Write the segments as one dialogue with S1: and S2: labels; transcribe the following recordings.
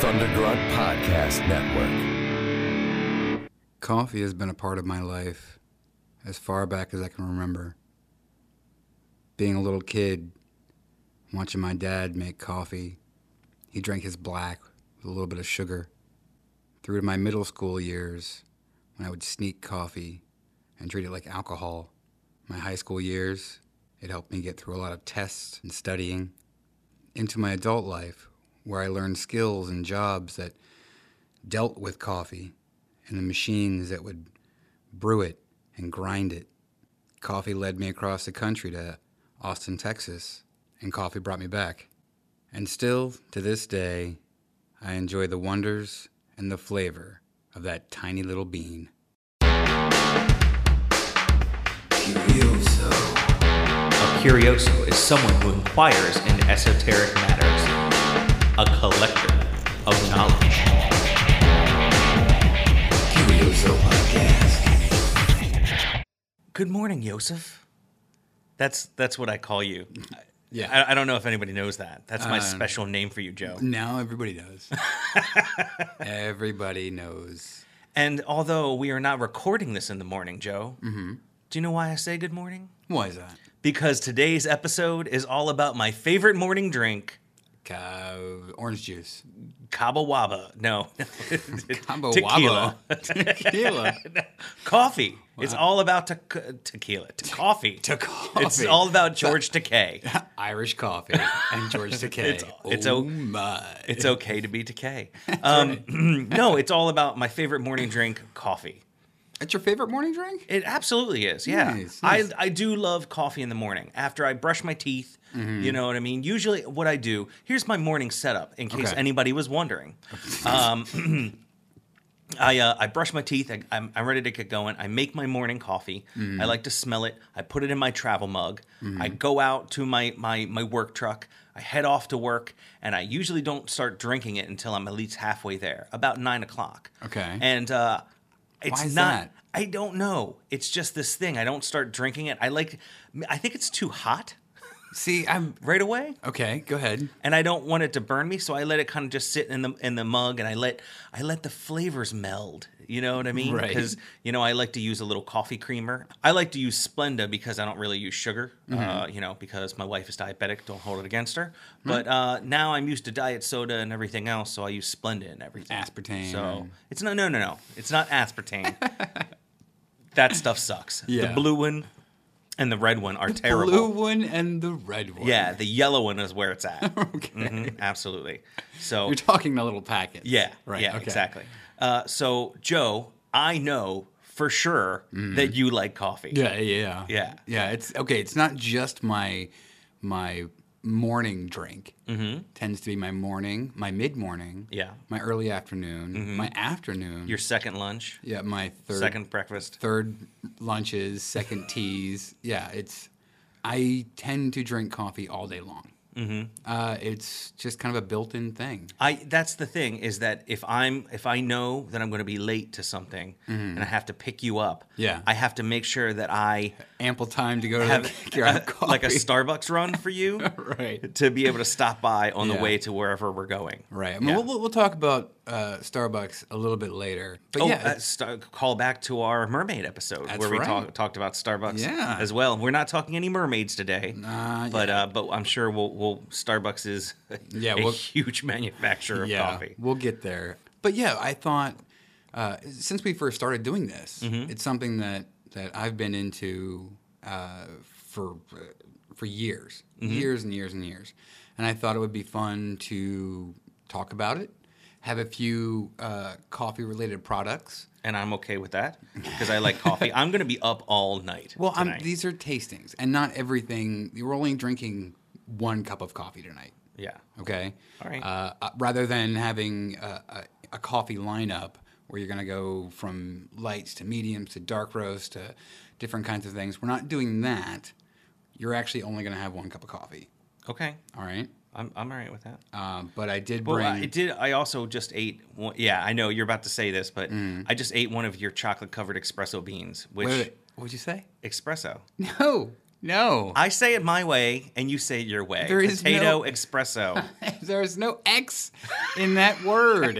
S1: Thundergrunt Podcast Network.
S2: Coffee has been a part of my life as far back as I can remember. Being a little kid, watching my dad make coffee, he drank his black with a little bit of sugar. Through to my middle school years, when I would sneak coffee and treat it like alcohol. My high school years, it helped me get through a lot of tests and studying. Into my adult life, where I learned skills and jobs that dealt with coffee and the machines that would brew it and grind it. Coffee led me across the country to Austin, Texas, and coffee brought me back. And still, to this day, I enjoy the wonders and the flavor of that tiny little bean.
S3: A curioso is someone who inquires in esoteric matters, a collector of knowledge. Good morning, Yosef. That's that's what I call you.
S2: Yeah.
S3: I, I don't know if anybody knows that. That's my special name for you, Joe.
S2: Now everybody knows. everybody knows.
S3: And although we are not recording this in the morning, Joe, do you know why I say good morning?
S2: Why is that?
S3: Because today's episode is all about my favorite morning drink,
S2: Cow- orange juice.
S3: Cabo Waba. No,
S2: Combo
S3: Tequila.
S2: wabba. Tequila.
S3: coffee. It's all about te- tequila, to coffee.
S2: To coffee.
S3: It's all about George Takei.
S2: Irish coffee and George Takei.
S3: It's- it's
S2: oh
S3: o-
S2: my.
S3: It's okay to be Takei. Um, no, it's all about my favorite morning drink, coffee.
S2: That's your favorite morning drink?
S3: It absolutely is. Yeah,
S2: Nice, nice.
S3: I I do love coffee in the morning after I brush my teeth.
S2: Mm-hmm.
S3: You know what I mean. Usually, what I do here's my morning setup in case
S2: Okay.
S3: anybody was wondering. Um, I uh, I brush my teeth. I, I'm, I'm ready to get going. I make my morning coffee.
S2: Mm-hmm.
S3: I like to smell it. I put it in my travel mug. I go out to my my my work truck. I head off to work, and I usually don't start drinking it until I'm at least halfway there, about nine o'clock.
S2: Okay.
S3: and uh, it's
S2: Why is
S3: not.
S2: that?
S3: I don't know. It's just this thing. I don't start drinking it. I like. I think it's too hot
S2: See, I'm
S3: right away,
S2: okay. Go ahead.
S3: and I don't want it to burn me. So I let it kind of just sit in the in the mug, and I let I let the flavors meld. You know what I mean?
S2: Right.
S3: Because you know I like to use a little coffee creamer. I like to use Splenda because I don't really use sugar. Uh,
S2: Mm-hmm.
S3: you know, because my wife is diabetic. Don't hold it against her.
S2: Hmm.
S3: But uh, now I'm used to diet soda and everything else, so I use Splenda and everything.
S2: Aspartame.
S3: So
S2: and-
S3: it's not no no no. It's not aspartame. that stuff sucks.
S2: Yeah.
S3: The blue one and the red one are terrible.
S2: blue one and the red one.
S3: Yeah, the yellow one is where it's at.
S2: Okay.
S3: Mhm, absolutely. So
S2: You're talking the little packet.
S3: yeah,
S2: Right.
S3: Yeah,
S2: okay.
S3: exactly. Uh, so Joe, I know for sure that you like coffee.
S2: Mm-hmm. Yeah. Yeah.
S3: Yeah.
S2: Yeah. It's okay. It's not just my my morning drink. Mm-hmm. Tends to be my morning, my mid morning.
S3: Yeah. Mm-hmm.
S2: My early afternoon. My afternoon.
S3: Your second lunch,
S2: yeah. My third.
S3: second breakfast.
S2: third lunches, second teas. Yeah, it's. I tend to drink coffee all day long. Mm-hmm. Uh, it's just kind of a built-in thing.
S3: I that's the thing is that if I'm if I know that I'm going to be late to something and I have to pick you up,
S2: Mm-hmm. Yeah.
S3: I have to make sure that I
S2: Ample time to go to
S3: have
S2: the grab coffee.
S3: like a Starbucks run for you
S2: right,
S3: to be able to stop by on
S2: Yeah.
S3: the way to wherever we're going.
S2: right. I mean,
S3: Yeah.
S2: we'll, we'll talk about uh, Starbucks a little bit later. But
S3: Oh,
S2: yeah,
S3: uh,
S2: it's-
S3: star- call back to our mermaid episode
S2: That's
S3: where we
S2: right.
S3: talk- talked about Starbucks
S2: Yeah.
S3: as well. We're not talking any mermaids today,
S2: Nah,
S3: but uh, but I'm sure we'll, we'll Starbucks is
S2: Yeah,
S3: a
S2: we'll-
S3: huge manufacturer of
S2: yeah,
S3: coffee.
S2: we'll get there. But yeah, I thought uh, since we first started doing this, it's something that that I've been into uh, for for years, years and years and years, and I thought it would be fun to talk about it. Have a few uh, coffee related products.
S3: And I'm okay with that because I like coffee. I'm going to be up all night.
S2: Well, I'm,
S3: tonight.
S2: these are tastings, and not everything. You're only drinking one cup of coffee tonight.
S3: yeah.
S2: Okay.
S3: All right.
S2: Uh, uh, rather than having a, a, a coffee lineup where you're going to go from lights to mediums to dark roast to different kinds of things, we're not doing that. You're actually only going to have one cup of coffee.
S3: Okay.
S2: All right.
S3: I'm I'm all right with that.
S2: Uh, but I did
S3: Well,
S2: bring.
S3: I did. I also just ate. One, yeah, I know you're about to say this, but
S2: Mm.
S3: I just ate one of your chocolate covered espresso beans, which
S2: Wait, wait, what'd you say?
S3: espresso.
S2: No. No.
S3: I say it my way, and you say it your way.
S2: There is
S3: Potato
S2: no-
S3: espresso.
S2: There's no X in that word.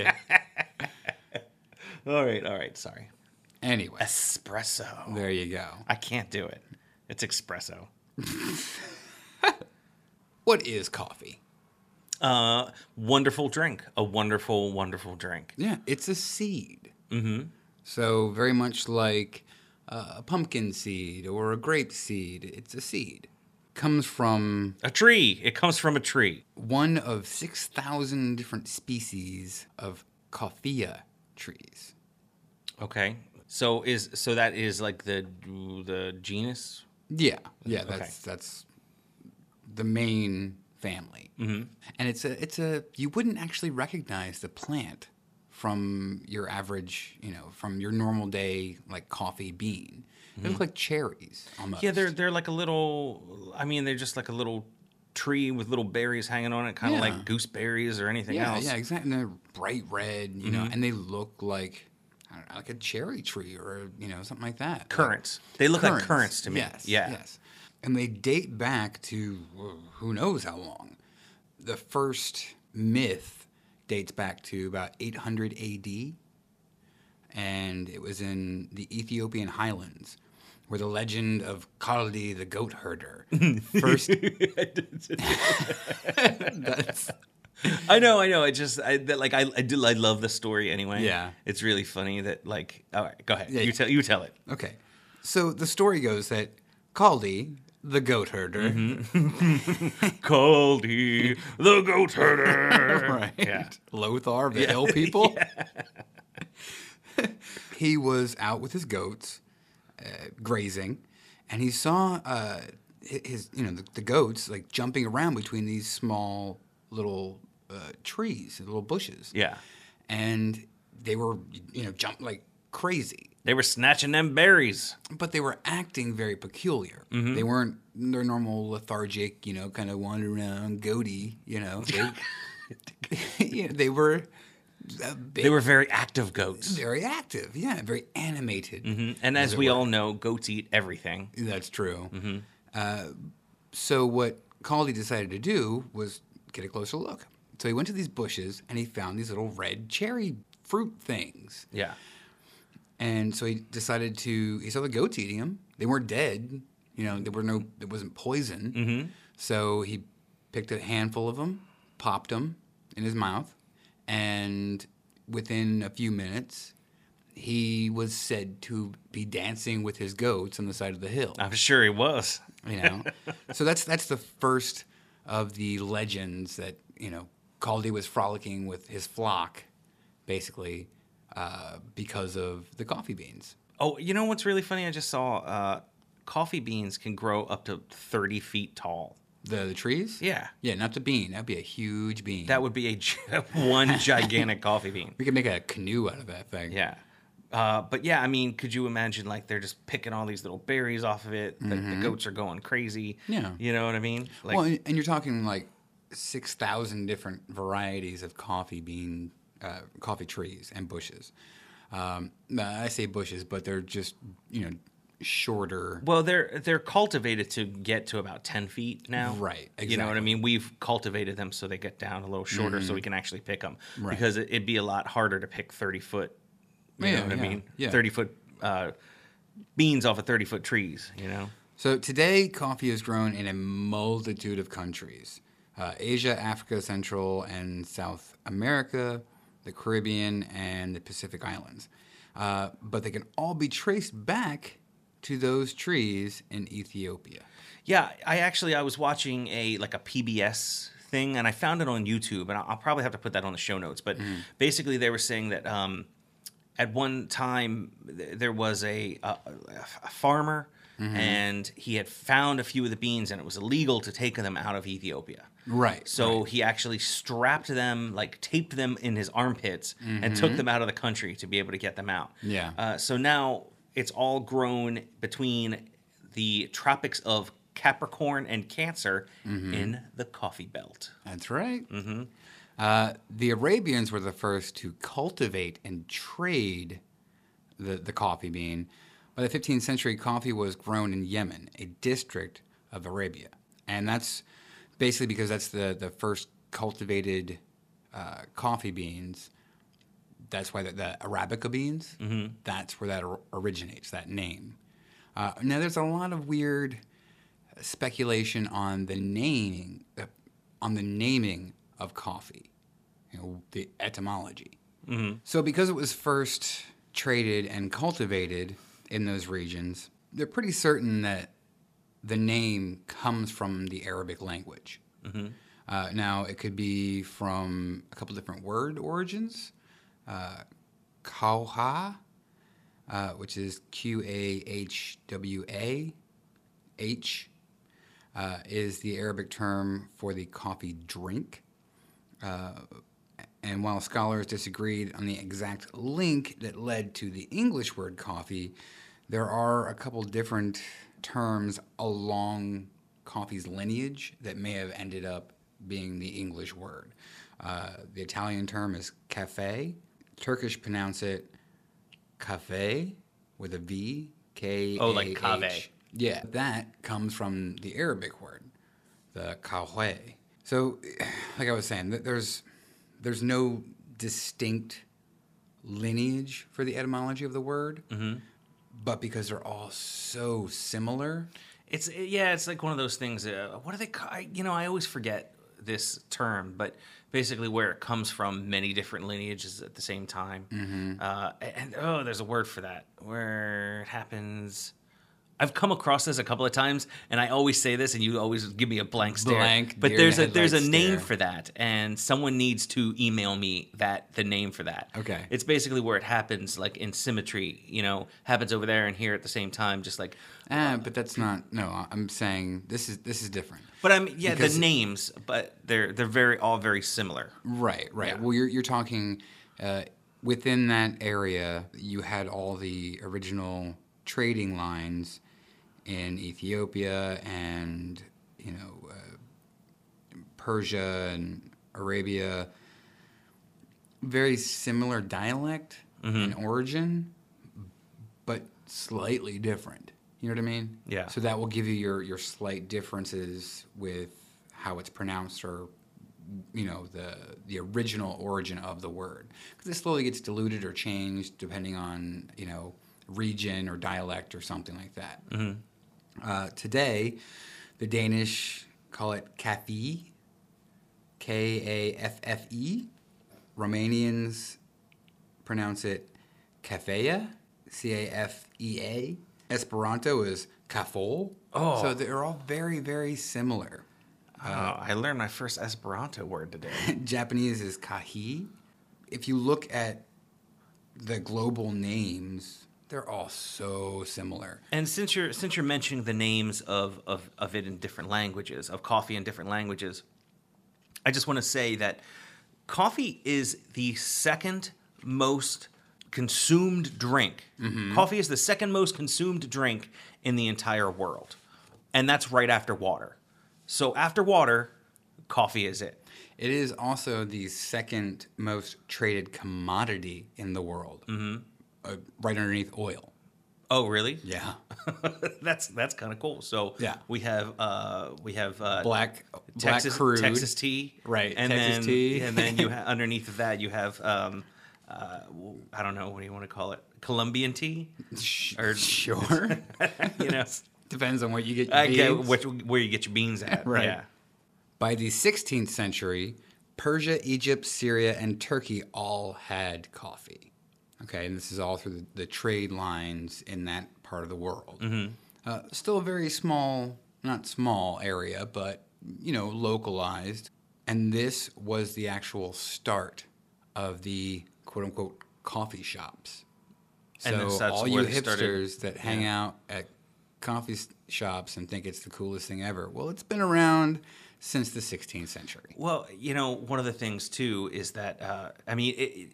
S3: all right, all right. Sorry.
S2: anyway,
S3: Espresso.
S2: there you go.
S3: I can't do it. It's espresso.
S2: What is coffee?
S3: Uh, wonderful drink. A wonderful, wonderful drink.
S2: Yeah, it's a seed. Mm-hmm. So very much like uh, a pumpkin seed or a grape seed, it's a seed. Comes from
S3: A tree. It comes from a tree.
S2: one of 6,000 different species of coffea trees.
S3: Okay. So is so that is like the the genus.
S2: Yeah, yeah, that's that's the main family, mm-hmm. and it's a it's a you wouldn't actually recognize the plant from your average, you know, from your normal day like coffee bean. They look like cherries almost.
S3: Mm-hmm. Yeah, they're they're like a little. I mean, they're just like a little tree with little berries hanging on it, kind of
S2: Yeah.
S3: like gooseberries or anything
S2: yeah,
S3: else.
S2: yeah, exactly. And they're bright red, you
S3: Mm-hmm.
S2: know, and they look like I don't know, like a cherry tree or you know something like that. Like,
S3: Currants. They look like currants to me.
S2: Yes.
S3: yeah.
S2: Yes. And they date back to uh, who knows how long. The first myth dates back to about 800 AD, and it was in the Ethiopian highlands. Where the legend of Kaldi the goat herder first. That's-
S3: I know, I know. I just, I that, like, I, I do, I love the story anyway.
S2: Yeah.
S3: it's really funny that, like, all right, go ahead,
S2: Yeah.
S3: you tell, you tell it.
S2: Okay. So the story goes that Kaldi, the goat herder,
S3: Caldy, the goat herder.
S2: right?
S3: Yeah.
S2: Lothar, the hill people. he was out with his goats, uh, grazing, and he saw uh, hi- his, you know, the, the goats like jumping around between these small little uh, trees, little bushes.
S3: yeah,
S2: and they were, you know, jump like crazy
S3: they were snatching them berries.
S2: but they were acting very peculiar.
S3: Mm-hmm.
S2: They weren't their normal lethargic, you know, kind of wandering around goaty, you know. They, you know, they were a bit
S3: They were very active goats, Mm-hmm.
S2: very active, yeah, very animated.
S3: and as we all know, goats eat everything.
S2: That's true. Uh, so what Caldy decided to do was get a closer look. So he went to these bushes and he found these little red cherry fruit things.
S3: Yeah,
S2: And so he decided to. He saw the goats eating them. They weren't dead. You know, there were no. It wasn't poison. Mm-hmm. So he picked a handful of them, popped them in his mouth, and within a few minutes, he was said to be dancing with his goats on the side of the hill.
S3: I'm sure he was.
S2: You know, so that's that's the first of the legends that you know Caldy was frolicking with his flock, basically, uh, because of the coffee beans.
S3: Oh, you know what's really funny? I just saw uh, coffee beans can grow up to 30 feet tall.
S2: The, the trees?
S3: Yeah.
S2: Yeah, not the bean. That'd be a huge bean.
S3: That would be a gi- one gigantic coffee bean.
S2: we could make a canoe out of that thing.
S3: Yeah. Uh, but yeah, I mean, could you imagine like they're just picking all these little berries off of it? The, the goats are going crazy.
S2: Mm-hmm. Yeah.
S3: You know what I mean? Like,
S2: well, and, and you're talking like 6,000 different varieties of coffee bean, uh, coffee trees and bushes. Um, no, I say bushes, but they're just, you know, shorter.
S3: well, they're they're cultivated to get to about ten feet now.
S2: Right,
S3: You know what I
S2: exactly. Mm-hmm.
S3: mean? We've cultivated them so they get down a little shorter, so we can actually pick them. Right. Because it, it'd be a lot harder to pick thirty foot. You
S2: Yeah,
S3: know what
S2: yeah,
S3: I mean?
S2: yeah.
S3: Thirty foot uh, beans off of thirty foot trees. You know.
S2: So today, coffee is grown in a multitude of countries uh, Asia, Africa, Central and South America, the Caribbean, and the Pacific Islands. Uh, but they can all be traced back to those trees in Ethiopia.
S3: Yeah, I actually I was watching a like a PBS thing, and I found it on YouTube, and I'll, I'll probably have to put that on the show notes. But basically, they were saying that um, at one time th- there was a, a, a farmer, and he had found a few of the beans, and it was illegal to take them out of Ethiopia.
S2: Right.
S3: So he actually strapped them, like taped them in his armpits, and took them out of the country to be able to get them out.
S2: Mm-hmm. Yeah.
S3: Uh, so now it's all grown between the tropics of Capricorn and Cancer
S2: Mm-hmm.
S3: in the coffee belt.
S2: That's right. Mm-hmm. Uh, the Arabians were the first to cultivate and trade the, the coffee bean. By the 15th century, coffee was grown in Yemen, a district of Arabia, and that's basically because that's the the first cultivated uh, coffee beans. That's why the, the Arabica beans. That's where that or- originates. That name. Uh, now, there's a lot of weird speculation on the naming uh, on the naming of coffee, you know, the etymology. So, because it was first traded and cultivated in those regions, they're pretty certain that the name comes from the Arabic language. Uh, now, it could be from a couple different word origins. Uh, kauha, uh, which is Q A H W A H, uh, is the Arabic term for the coffee drink. Uh, And while scholars disagreed on the exact link that led to the English word coffee, there are a couple different terms along coffee's lineage that may have ended up being the English word. Uh, the Italian term is cafe. Turkish pronounce it cafe with a V. K.
S3: Oh, like
S2: A H.
S3: cave.
S2: Yeah, that comes from the Arabic word, the kahwe. So, like I was saying, th- there's there's no distinct lineage for the etymology of the word,
S3: Mm-hmm.
S2: but because they're all so similar,
S3: It's yeah, it's like one of those things. Uh, what are they? ca- I, you know, I always forget this term, but basically where it comes from, many different lineages at the same time.
S2: Mm-hmm.
S3: Uh, and oh, there's a word for that where it happens. I've come across this a couple of times, and I always say this, and you always give me a blank stare.
S2: Blank
S3: but
S2: deer
S3: there's a
S2: in the
S3: there's a
S2: headlights
S3: name
S2: stare.
S3: for that, and someone needs to email me that the name for that.
S2: Okay.
S3: it's basically where it happens, like in symmetry. You know, happens over there and here at the same time, just like
S2: ah, but that's not. No, I- I'm saying this is this is different.
S3: But I mean, yeah,
S2: Because-
S3: the names, but they're they're very all very similar.
S2: Right, right.
S3: Yeah.
S2: Well, you're you're talking uh, within that area. You had all the original trading lines in Ethiopia and you know uh, Persia and Arabia. Very similar dialect and origin, but slightly different. You know what I mean?
S3: Yeah.
S2: So that will give you your your slight differences with how it's pronounced or you know the the original origin of the word because it slowly gets diluted or changed depending on you know region or dialect or something like that. Uh, today, the Danish call it kaffe, K A F F E. Romanians pronounce it cafea, C A F E A. Esperanto is kafol.
S3: Oh.
S2: So they're all very, very similar.
S3: oh, I learned my first Esperanto word today.
S2: Japanese is kahi. If you look at the global names, they're all so similar.
S3: and since you're since you're mentioning the names of of of it in different languages, of coffee in different languages, I just want to say that coffee is the second most consumed drink. Coffee is the second most consumed drink in the entire world, and that's right after water. So after water, coffee is it.
S2: It is also the second most traded commodity in the world, mm-hmm. uh, right underneath oil.
S3: Oh, really?
S2: Yeah,
S3: that's that's kind of cool. So
S2: Yeah.
S3: we have uh we have uh,
S2: black
S3: Texas
S2: black crude.
S3: Texas tea,
S2: Right,
S3: And
S2: Texas
S3: then
S2: tea.
S3: and then you ha- underneath of that you have um uh w- I don't know what do you want to call it Colombian tea,
S2: Sh-
S3: or-
S2: sure,
S3: you know.
S2: depends on what you get. Your
S3: I get
S2: beans.
S3: which, where you get your beans at,
S2: Right.
S3: Yeah.
S2: By the 16th century, Persia, Egypt, Syria, and Turkey all had coffee. Okay, and this is all through the, the trade lines in that part of the world.
S3: Mm-hmm.
S2: Uh, still a very small, not small area, but you know, localized. And this was the actual start of the quote unquote coffee shops.
S3: And
S2: So
S3: then that's
S2: all you
S3: where
S2: hipsters
S3: they started-
S2: that hang out at coffee s- shops and think it's the coolest thing ever. Well, it's been around since the 16th century.
S3: Well, you know, one of the things too is that uh, I mean, it, it,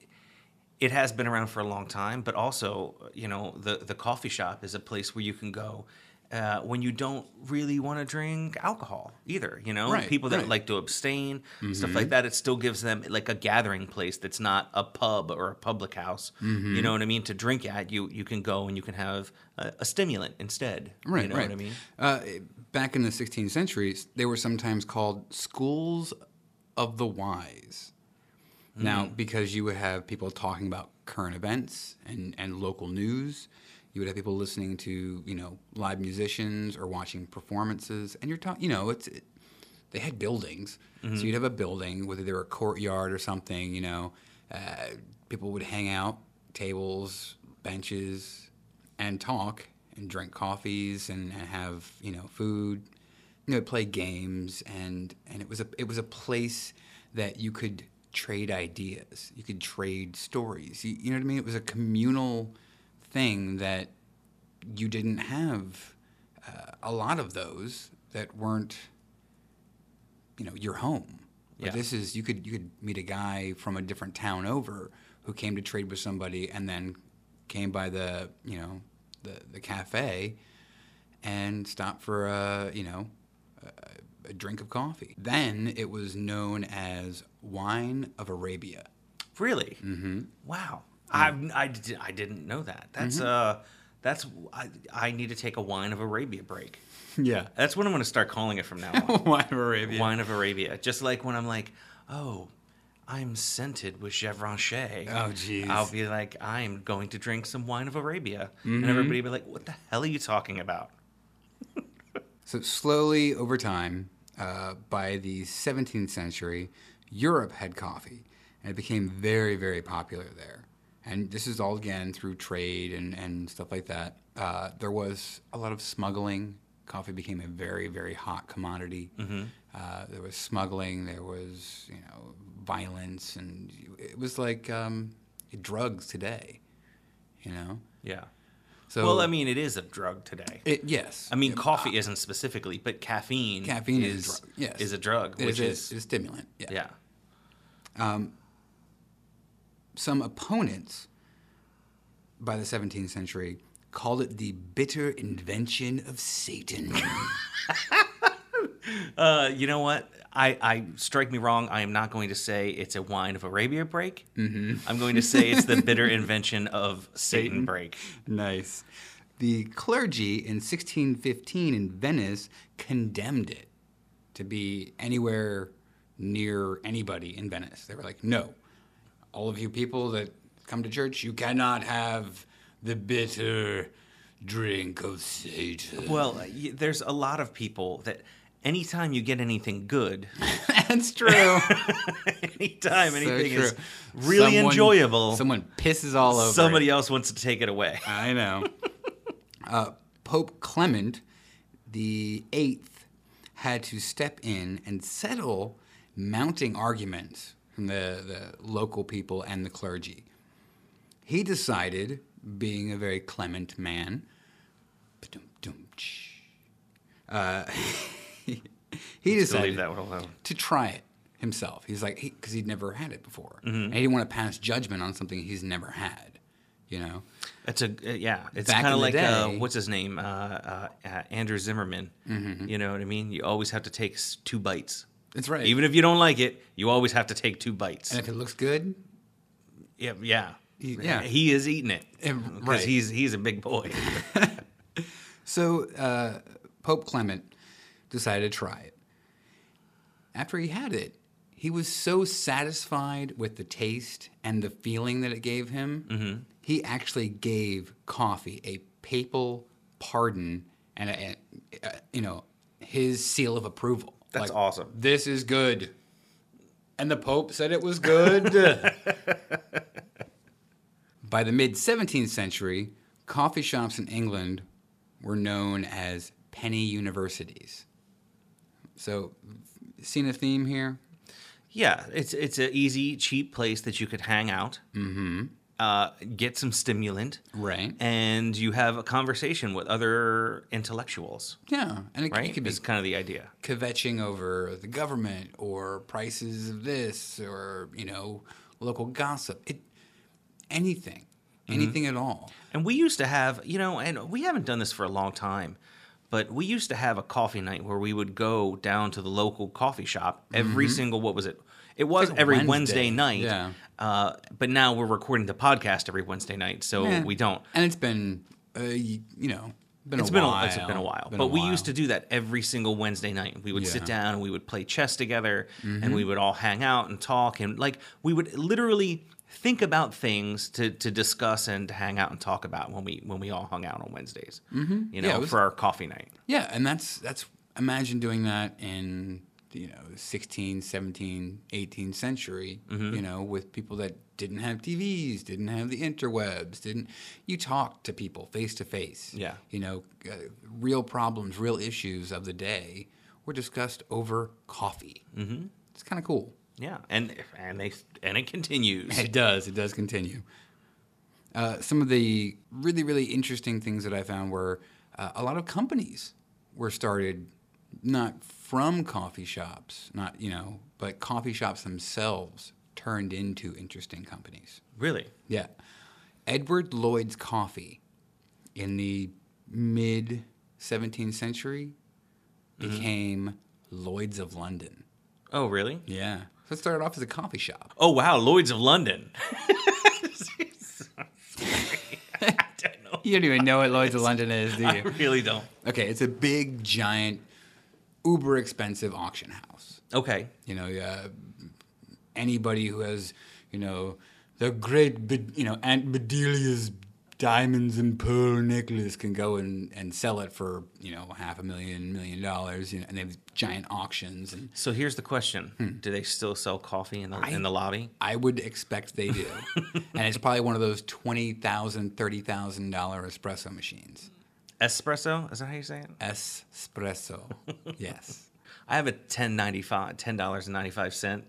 S3: it has been around for a long time, but also, you know, the the coffee shop is a place where you can go uh, when you don't really want to drink alcohol either. You know,
S2: Right,
S3: people that
S2: right. Mm-hmm.
S3: like to abstain, stuff like that. It still gives them like a gathering place that's not a pub or a public house.
S2: Mm-hmm.
S3: You know what I mean? To drink at, you you can go and you can have a, a stimulant instead.
S2: Right,
S3: You know
S2: right.
S3: what I mean?
S2: Uh, it- back in the 16th century, s- they were sometimes called schools of the wise. Now, because you would have people talking about current events and, and local news, you would have people listening to you know live musicians or watching performances, and you're talking you know it's it, they had buildings, so you'd have a building whether they were a courtyard or something, you know, uh, people would hang out, tables, benches, and talk and drink coffees and, and have you know food you know, play games, and and it was a it was a place that you could trade ideas, you could trade stories. You, you know what I mean? It was a communal thing that you didn't have uh, a lot of those that weren't, you know, your home. But
S3: Yeah.
S2: This is you could you could meet a guy from a different town over who came to trade with somebody, and then came by the you know the the cafe and stopped for a you know a, a drink of coffee. Then it was known as wine of Arabia.
S3: Really? Mm-hmm. Wow. I, I, di- I didn't know that. That's
S2: Mm-hmm.
S3: uh that's I, I need to take a wine of Arabia break.
S2: Yeah,
S3: That's what I'm going to start calling it from now on.
S2: wine of Arabia.
S3: Wine of Arabia. Just like when I'm like, oh, I'm scented with Chevronche.
S2: Oh, jeez.
S3: I'll be like, I'm going to drink some wine of Arabia, and
S2: Mm-hmm.
S3: everybody will be like, what the hell are you talking about?
S2: So slowly over time, uh, by the 17th century, Europe had coffee, and it became very, very popular there. And this is all again through trade and, and stuff like that. Uh, there was a lot of smuggling. Coffee became a very, very hot commodity.
S3: Mm-hmm.
S2: Uh, there was smuggling. There was you know violence, and it was like um, drugs today. You know.
S3: Yeah.
S2: So
S3: well, I mean, it is a drug today.
S2: it, yes.
S3: I mean, coffee isn't specifically, but caffeine.
S2: caffeine
S3: is
S2: is, a drug. Yes.
S3: is a drug,
S2: It
S3: which
S2: a-
S3: is,
S2: it's a stimulant. Yeah.
S3: yeah.
S2: some opponents by the 17th century called it the bitter invention of Satan.
S3: Uh, you know what? I, I strike me wrong. I am not going to say it's a wine of Arabia break. Mm-hmm. I'm going to say it's the bitter invention of Satan, break.
S2: nice. The clergy in 1615 in Venice condemned it to be anywhere near anybody in Venice. They were like, no, all of you people that come to church, you cannot have the bitter drink of Satan.
S3: Well, uh, y- there's a lot of people that anytime you get anything good,
S2: That's true.
S3: anytime
S2: So
S3: anything is
S2: true.
S3: really
S2: Someone-
S3: enjoyable,
S2: Someone pisses all over.
S3: somebody
S2: it.
S3: else wants to take it away.
S2: I know. uh, Pope Clement the Eighth had to step in and settle mounting arguments from the, the local people and the clergy. He decided, being a very clement man, ba-dum-dum-tsh, uh, he
S3: So leave
S2: decided
S3: that one alone.
S2: to try it himself. He's like, because he'd never had it before,
S3: Mm-hmm.
S2: and he didn't want to pass judgment on something he's never had. You know,
S3: It's a uh, yeah. It's
S2: Back
S3: kind
S2: in
S3: of
S2: the
S3: like uh,
S2: day-
S3: what's his name, uh, uh, uh, Andrew Zimmerman. Mm-hmm. You know what I mean? You always have to take s- two bites,
S2: that's right.
S3: even if you don't like it. You always have to take two bites.
S2: and if it looks good,
S3: yeah, yeah,
S2: yeah.
S3: He is eating it
S2: Eh,
S3: because
S2: right.
S3: he's he's a big boy.
S2: so uh, Pope Clement decided to try it. After he had it, he was so satisfied with the taste and the feeling that it gave him,
S3: Mm-hmm.
S2: he actually gave coffee a papal pardon and a, a, a- you know his seal of approval.
S3: That's awesome.
S2: This is good. And the Pope said it was good. By the mid 17th century, coffee shops in England were known as penny universities. So, seen a theme here?
S3: yeah, it's it's an easy, cheap place that you could hang out, mm-hmm. uh, get some stimulant,
S2: Right.
S3: and you have a conversation with other intellectuals.
S2: yeah. And it,
S3: Right,
S2: it could be
S3: is kind of the idea.
S2: kvetching over the government or prices of this or, you know, local gossip. It, anything.
S3: Mm-hmm.
S2: Anything at all.
S3: And we used to have, you know, and we haven't done this for a long time, but we used to have a coffee night where we would go down to the local coffee shop every single, what was it? It was
S2: Mm-hmm. like
S3: every Wednesday,
S2: Wednesday.
S3: night.
S2: Yeah.
S3: Uh, but now we're recording the podcast every Wednesday night, so
S2: Yeah.
S3: we don't.
S2: And it's been, uh, y- you know, been
S3: it's
S2: a
S3: been
S2: while.
S3: a, it's been a while.
S2: Been
S3: but
S2: a
S3: we
S2: while.
S3: used to do that every single Wednesday night. We would sit
S2: Yeah. Mm-hmm.
S3: down and we would play chess together and we would all hang out and talk and like we would literally think about things to, to discuss and to hang out and talk about when we when we all hung out on Wednesdays. Mm-hmm. You know,
S2: Yeah, it was-
S3: for our coffee night.
S2: Yeah, and that's that's imagine doing that in you know 16, 17, 18th century, you know, with people that didn't have TVs, didn't have the interwebs, didn't you talk to people face to face.
S3: Yeah.
S2: You know, uh, real problems, real issues of the day were discussed over coffee. Mm-hmm. It's kind of cool.
S3: Yeah. And and they and it continues.
S2: It does. It does continue. Uh, some of the really, really interesting things that I found were uh, a lot of companies were started not from coffee shops, not you know, but coffee shops themselves turned into interesting companies.
S3: really?
S2: Yeah, Edward Lloyd's Coffee in the mid 17th century Mm-hmm. became Lloyd's of London.
S3: Oh really?
S2: Yeah, so it started off as a coffee shop.
S3: Oh wow, Lloyd's of London. I don't know.
S2: You don't even know what Lloyd's of London is, do you?
S3: I really don't.
S2: Okay, it's a big, giant, uber expensive auction house.
S3: Okay.
S2: You know, uh, anybody who has, you know, the great, Be- you know, Aunt Bedelia's diamonds and pearl necklace can go and, and sell it for, you know, half a million, million dollars. You know, and they have giant auctions. And
S3: So here's the question: Do they still sell coffee in the in the lobby?
S2: Hmm. I would expect they do. and it's probably one of those $20,000, $30,000 espresso machines.
S3: Espresso? Is that how you say it?
S2: Espresso. yes.
S3: I have a ten ninety five, ten dollars and ninety five cent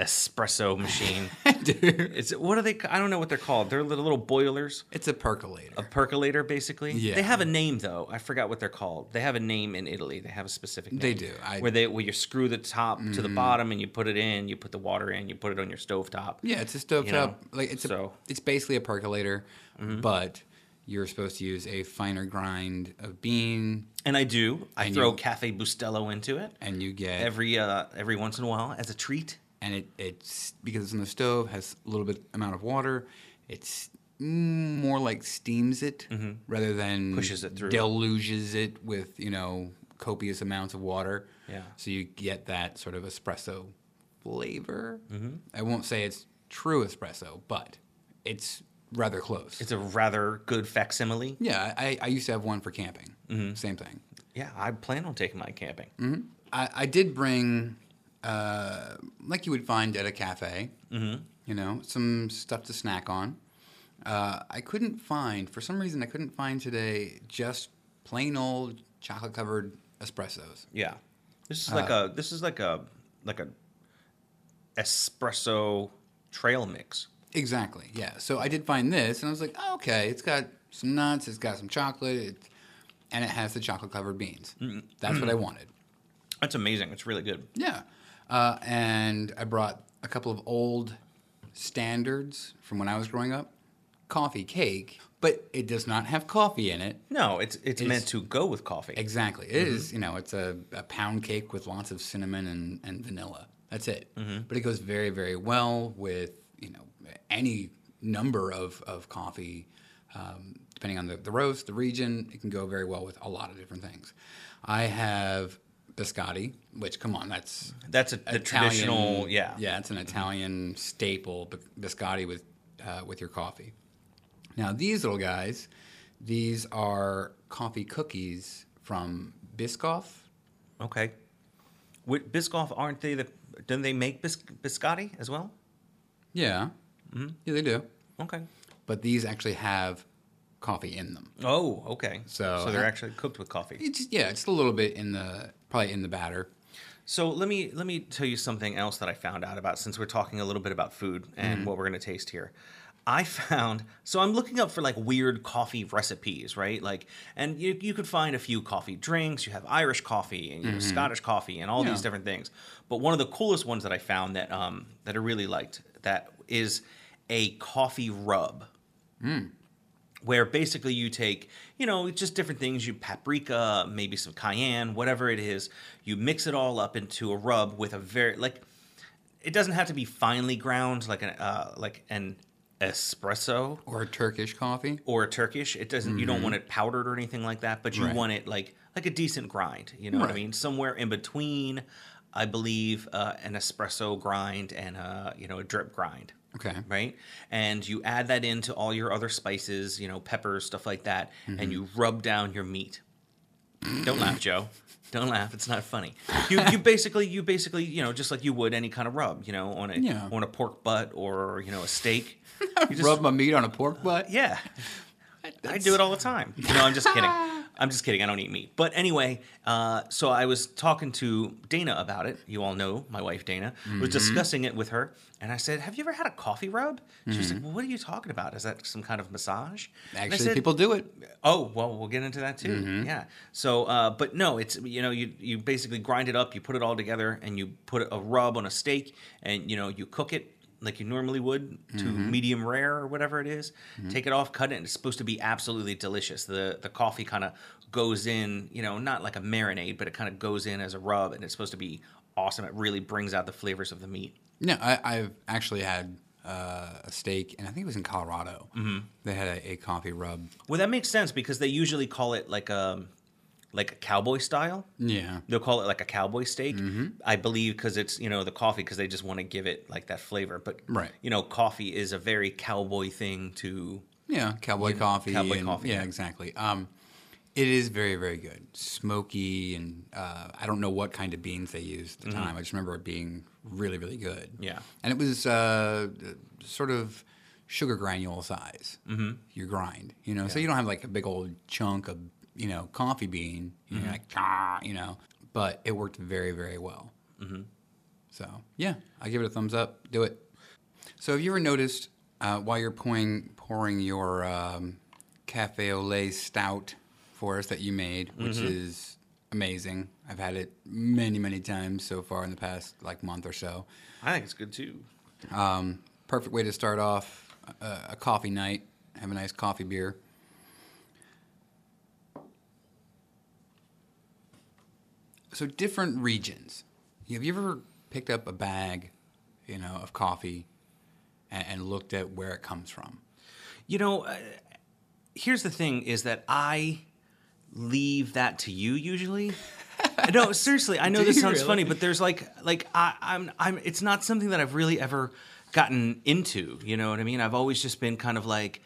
S3: espresso machine.
S2: Dude,
S3: it's what are they? ca- I don't know what they're called. They're little, little boilers,
S2: it's a percolator.
S3: a percolator, basically.
S2: Yeah.
S3: They have a name though. I forgot what they're called. They have a name in Italy. They have a specific. name.
S2: They do. I- Mm.
S3: where they where you screw the top to the bottom and you put it in. You put the water in. You put it on your stove top.
S2: Yeah, it's a stove
S3: you know?
S2: top. Like it's
S3: So- Mm-hmm.
S2: a, it's basically a percolator, but you're supposed to use a finer grind of bean,
S3: And I do. I
S2: And
S3: throw
S2: you-
S3: Cafe Bustelo into it
S2: and you get
S3: every uh, every once in a while as a treat.
S2: and it it's because it's on the stove has a little bit amount of water. It's mm, more like steams it rather than
S3: Mm-hmm. Pushes it through.
S2: deluges it with you know copious amounts of water.
S3: Yeah.
S2: so you get that sort of espresso flavor.
S3: Mm-hmm.
S2: I won't say it's true espresso, but it's rather close.
S3: It's a rather good facsimile.
S2: Yeah, I, I used to have one for camping. Same thing.
S3: Yeah, I plan on taking my camping.
S2: I, I did bring, uh, like you would find at a cafe, mm-hmm. you know, some stuff to snack on. Uh, I couldn't find, for some reason, I couldn't find today just plain old chocolate covered espressos.
S3: Yeah, this is like a this is like a like a espresso trail mix.
S2: Exactly. Yeah. So I did find this, and I was like, oh, okay, it's got some nuts, it's got some chocolate, it, and it has the chocolate covered beans. That's what I wanted.
S3: That's amazing. It's really good.
S2: Yeah. Uh, and I brought a couple of old standards from when I was growing up coffee cake, but it does not have coffee in it.
S3: No, it's it's, meant to go with coffee.
S2: Exactly. It is, you know, it's a, a pound cake with lots of cinnamon and, and vanilla. That's it. But it goes very, very well with, you know, any number of, of coffee, um, depending on the, the roast, the region. It can go very well with a lot of different things. I have biscotti, which, come on, that's
S3: That's a, the
S2: Italian-
S3: traditional. Yeah,
S2: yeah, Mm-hmm. it's an Italian staple b- biscotti with uh, with your coffee. Now these little guys, these are coffee cookies from Biscoff.
S3: Okay. With Biscoff, aren't they the? Don't they make bis- biscotti as well?
S2: Yeah, yeah, they do.
S3: Okay.
S2: Mm-hmm. But these actually have coffee in them.
S3: Oh, okay.
S2: So-
S3: so they're actually cooked with coffee.
S2: It's yeah, just a little bit in the probably in the batter.
S3: So let me let me tell you something else that I found out about since we're talking a little bit about food and what we're going to taste here. I found so I'm looking up for like weird coffee recipes, right? Like, and you you could find a few coffee drinks. You have Irish coffee and you have Scottish coffee and all these
S2: Yeah.
S3: different things. But one of the coolest ones that I found that um that I really liked that is a coffee rub where basically you take, you know, just different things, you paprika, maybe some cayenne, whatever it is, you mix it all up into a rub with a very like it doesn't have to be finely ground like an uh, like an espresso
S2: or Turkish coffee.
S3: or Turkish. It doesn't. You don't want it powdered or anything like that, but you
S2: Mm-hmm. Right.
S3: want it like like a decent grind. You know what I
S2: Right.
S3: mean? Somewhere in between, I believe, uh, an espresso grind and a you know a drip grind.
S2: Okay.
S3: Right, and you add that into all your other spices, you know, peppers, stuff like that,
S2: Mm-hmm.
S3: and you rub down your meat. Don't laugh, Joe. Don't laugh. It's not funny. You you basically you basically you know just like you would any kind of rub, you know, on a
S2: Yeah.
S3: on a pork butt or you know a steak. You just
S2: Rub my meat on a pork butt.
S3: yeah. I do it all the time. No, I'm just kidding. I'm just kidding. I don't eat meat. But anyway, uh, so I was talking to Dana about it. You all know my wife, Dana.
S2: Mm-hmm.
S3: was discussing it with her. And I said, Have you ever had a coffee rub? She was like, Well, what are you talking about? Is that some kind of massage? And I
S2: Mm-hmm. Actually,
S3: said,
S2: people do it.
S3: Oh well, we'll get into that too. Yeah. So, uh, but no, it's you know you you basically grind it up, you put it all together, and you put a rub on a steak, and you know you cook it like you normally would to medium rare or whatever it is. Take it off, cut it, and it's supposed to be absolutely delicious. The the coffee kind of goes in, you know, not like a marinade, but it kind of goes in as a rub, and it's supposed to be awesome. It really brings out the flavors of the meat.
S2: No, I, I've actually had uh, a steak, and I think it was in Colorado. Mm-hmm. They had a, a coffee rub.
S3: Well, that makes sense because they usually call it like a like a cowboy style.
S2: Yeah.
S3: They'll call it like a cowboy steak, I believe, because it's you know the coffee because they just want to give it like that flavor. But
S2: Right.
S3: you know, coffee is a very cowboy thing to.
S2: Yeah, cowboy coffee.
S3: cowboy
S2: and-
S3: coffee,
S2: Yeah,
S3: yeah.
S2: exactly. Um, it is very, very good. Smoky, and uh, I don't know what kind of beans they used at the time. I just remember it being really, really good.
S3: Yeah.
S2: And it was uh, sort of sugar granule size, mm-hmm. your grind, you know? So you don't have like a big old chunk of, you know, coffee bean, you know, like, ah, you know, but it worked very, very well. Mm-hmm. So, yeah, I give it a thumbs up. Do it. So have you ever noticed uh, while you're pouring pouring your um, cafe au lait stout for us that you made, which is amazing. I've had it many many times so far in the past like month or so.
S3: I think it's good too.
S2: Perfect way to start off uh, a, a coffee night. Have a nice coffee beer. So different regions. Have you ever picked up a bag, you know, of coffee, and, and looked at where it comes from?
S3: You know, uh, here's the thing: is that I leave that to you usually. no, seriously, I know
S2: Do
S3: this
S2: you
S3: sounds
S2: really?
S3: funny, but there's like, like I, I'm, I'm. It's not something that I've really ever gotten into. You know what I mean? I've always just been kind of like,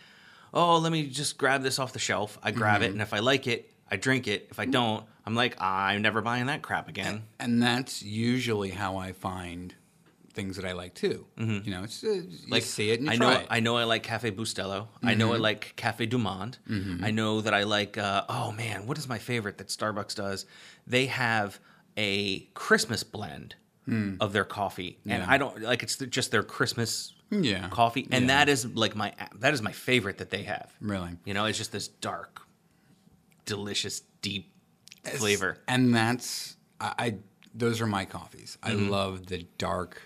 S3: oh, let me just grab this off the shelf. I grab
S2: Mm-hmm.
S3: it, and if I like it, I drink it. If I don't, I'm like, I'm never buying that crap again.
S2: and that's usually how I find things that I like too. You know, it's uh, you
S3: Mm-hmm. like
S2: see it and you
S3: I know
S2: try it.
S3: I know I like Cafe Bustelo. I know I like Cafe Du Monde. I know that I like uh, oh man, what is my favorite that Starbucks does? They have a Christmas blend of their coffee, and I don't like it's just their Christmas
S2: Yeah.
S3: coffee, and that is like my that is my favorite that they have.
S2: Really?
S3: you know, it's just this dark, delicious, deep flavor.
S2: and that's I, I those are my coffees.
S3: Mm-hmm.
S2: I love the dark,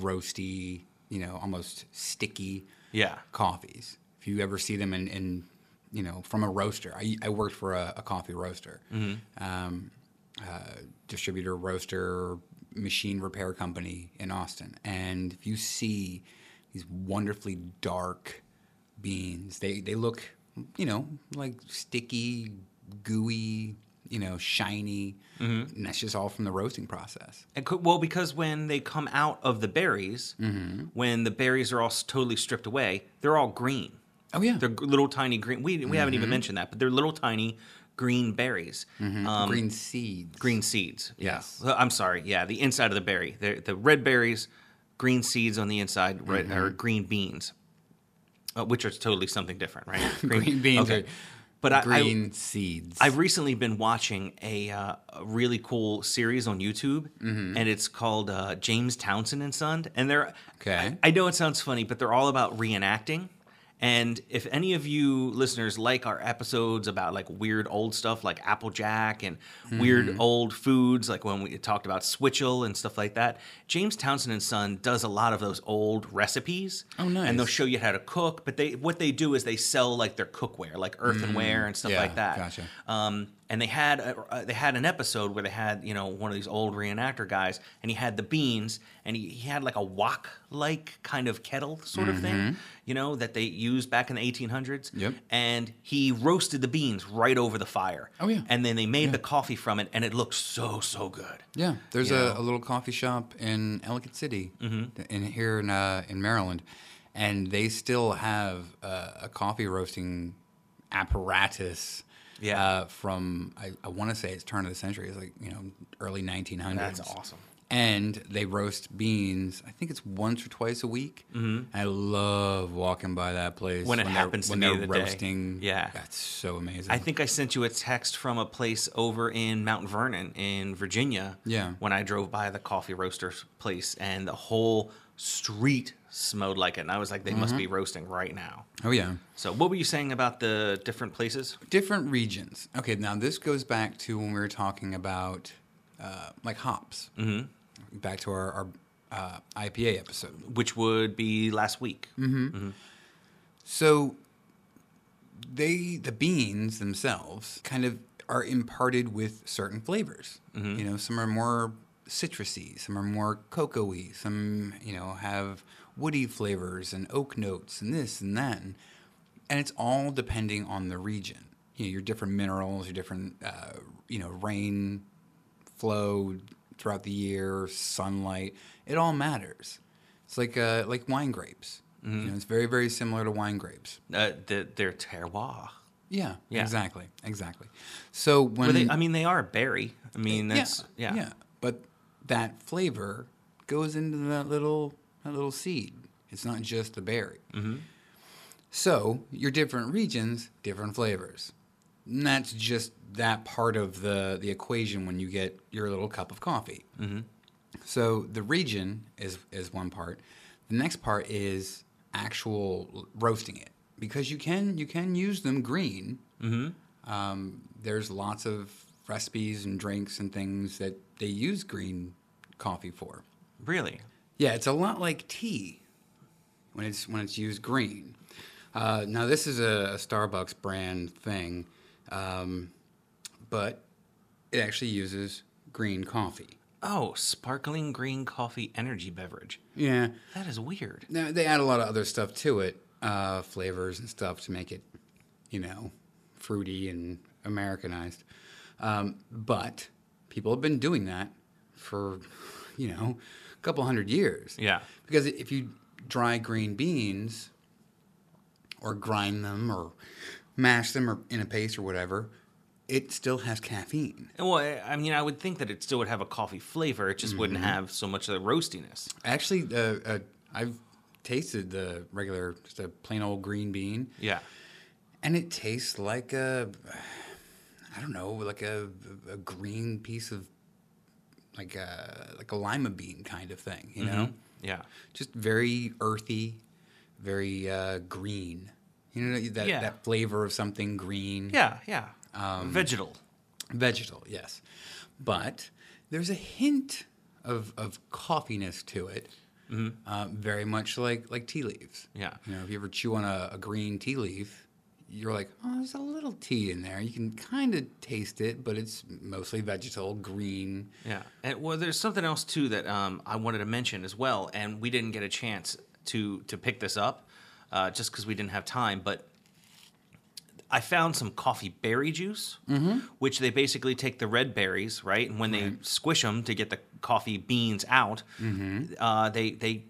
S2: roasty, you know, almost sticky
S3: Yeah.
S2: coffees. If you ever see them in, in you know, from a roaster. I, I worked for a, a coffee roaster,
S3: Mm-hmm.
S2: um, uh, distributor, roaster, machine repair company in Austin. And if you see these wonderfully dark beans, they, they look, you know, like sticky, gooey, you know, shiny.
S3: Mm-hmm.
S2: And that's just all from the roasting process.
S3: And could, well, because when they come out of the berries, when the berries are all s- totally stripped away, they're all green.
S2: Oh, yeah.
S3: They're g- little tiny green. We, we haven't
S2: Mm-hmm.
S3: even mentioned that, but they're little tiny green berries, um,
S2: green seeds.
S3: green seeds. Yeah.
S2: Mm-hmm. Yes.
S3: Uh, I'm sorry. Yeah, the inside of the berry. They're, the red berries, green seeds on the inside, red,
S2: Mm-hmm.
S3: or green beans, uh, which are totally something different, right? Green,
S2: beans are
S3: but I- I,
S2: green seeds.
S3: I've recently been watching a, uh, a really cool series on YouTube,
S2: Mm-hmm.
S3: and it's called uh, James Townsend and Son. And they're
S2: Okay.
S3: I, I know it sounds funny, but they're all about reenacting, And if any of you listeners like our episodes about like weird old stuff like Applejack and weird
S2: Mm-hmm.
S3: old foods, like when we talked about switchel and stuff like that, James Townsend and Son does a lot of those old recipes.
S2: Oh, nice.
S3: And they'll show you how to cook, but they what they do is they sell like their cookware, like earthenware and stuff
S2: Mm-hmm. Yeah,
S3: like that.
S2: gotcha.
S3: Um, and they had a, uh, they had an episode where they had you know one of these old reenactor guys, and he had the beans, and he, he had like a wok like kind of kettle sort of thing, you know, that they used back in the 1800s.
S2: Mm-hmm. Yep.
S3: And he roasted the beans right over the fire.
S2: Oh, yeah.
S3: And then they made the coffee from it, and it looked so so good.
S2: Yeah, there's
S3: Yeah.
S2: a, a little coffee shop in Ellicott City,
S3: Mm-hmm.
S2: th- in here in uh, in Maryland, and they still have uh, a coffee roasting apparatus.
S3: Yeah.
S2: uh, from I, I want to say it's turn of the century. It's like you know early 1900s.
S3: That's awesome.
S2: And they roast beans. I think it's once or twice a week. Mm-hmm. I love walking by that place
S3: When it
S2: they're-
S3: happens to
S2: when
S3: be
S2: they're
S3: the day.
S2: roasting.
S3: Yeah.
S2: that's so amazing.
S3: I think I sent you a text from a place over in Mount Vernon in Virginia.
S2: Yeah.
S3: When I drove by the coffee roaster's place and the whole street smelled like it. And I was like, they must be roasting right now.
S2: oh yeah.
S3: So what were you saying about the different places?
S2: different regions. Okay, now this goes back to when we were talking about uh, like hops. Mm-hmm. Back to our, our uh, IPA episode.
S3: Which would be last week.
S2: So they the beans themselves kind of are imparted with certain flavors. You know, some are more citrusy, some are more cocoa-y, some, you know, have woody flavors and oak notes and this and that. And, and it's all depending on the region. You know, your different minerals, your different, uh, you know, rain flow throughout the year, sunlight, it all matters. It's like uh, like wine grapes. You know, it's very very similar to wine grapes.
S3: Uh, the, their terroir.
S2: Yeah,
S3: Yeah.
S2: exactly, exactly. So when
S3: Were they, I mean, they are berry. I mean, that's, Mm-hmm. yeah.
S2: but that flavor goes into that little that little seed. It's not just the berry. Mm-hmm. So your different regions, different flavors. And that's just that part of the the equation when you get your little cup of coffee. Mm-hmm. So the region is is one part. The next part is actual roasting it because you can you can use them green. Um, there's lots of recipes and drinks and things that they use green coffee for.
S3: Really?
S2: Yeah, it's a lot like tea when it's when it's used green. Uh, now this is a, a Starbucks brand thing, um, but it actually uses green coffee.
S3: Oh, sparkling green coffee energy beverage.
S2: Yeah,
S3: That is weird.
S2: now, they add a lot of other stuff to it, uh, flavors and stuff to make it, you know, fruity and Americanized. Um, but people have been doing that for, you know, a couple hundred years.
S3: Yeah.
S2: Because if you dry green beans or grind them or mash them or in a paste or whatever, it still has caffeine.
S3: Well, I- I mean, I would think that it still would have a coffee flavor. It just wouldn't have so much of the roastiness.
S2: Actually, uh, uh, I've tasted the regular, just a plain old green bean.
S3: Yeah.
S2: and it tastes like a i don't know like a, a green piece of like a like a lima bean kind of thing you know
S3: Yeah.
S2: just very earthy very uh, green you know that,
S3: Yeah.
S2: that flavor of something green
S3: Yeah. Yeah. Vegetal.
S2: vegetal yes but there's a hint of of coffiness to it uh, very much like like tea leaves
S3: Mm-hmm. Yeah.
S2: you know if you ever chew on a, a green tea leaf you're like oh there's a little tea in there you can kind of taste it but it's mostly vegetal green
S3: Yeah. And, well, there's something else too that um, I wanted to mention as well, and we didn't get a chance to to pick this up uh, just because we didn't have time, but. I found some coffee berry juice, which they basically take the red berries, right? And when they squish them to get the coffee beans out, uh, they they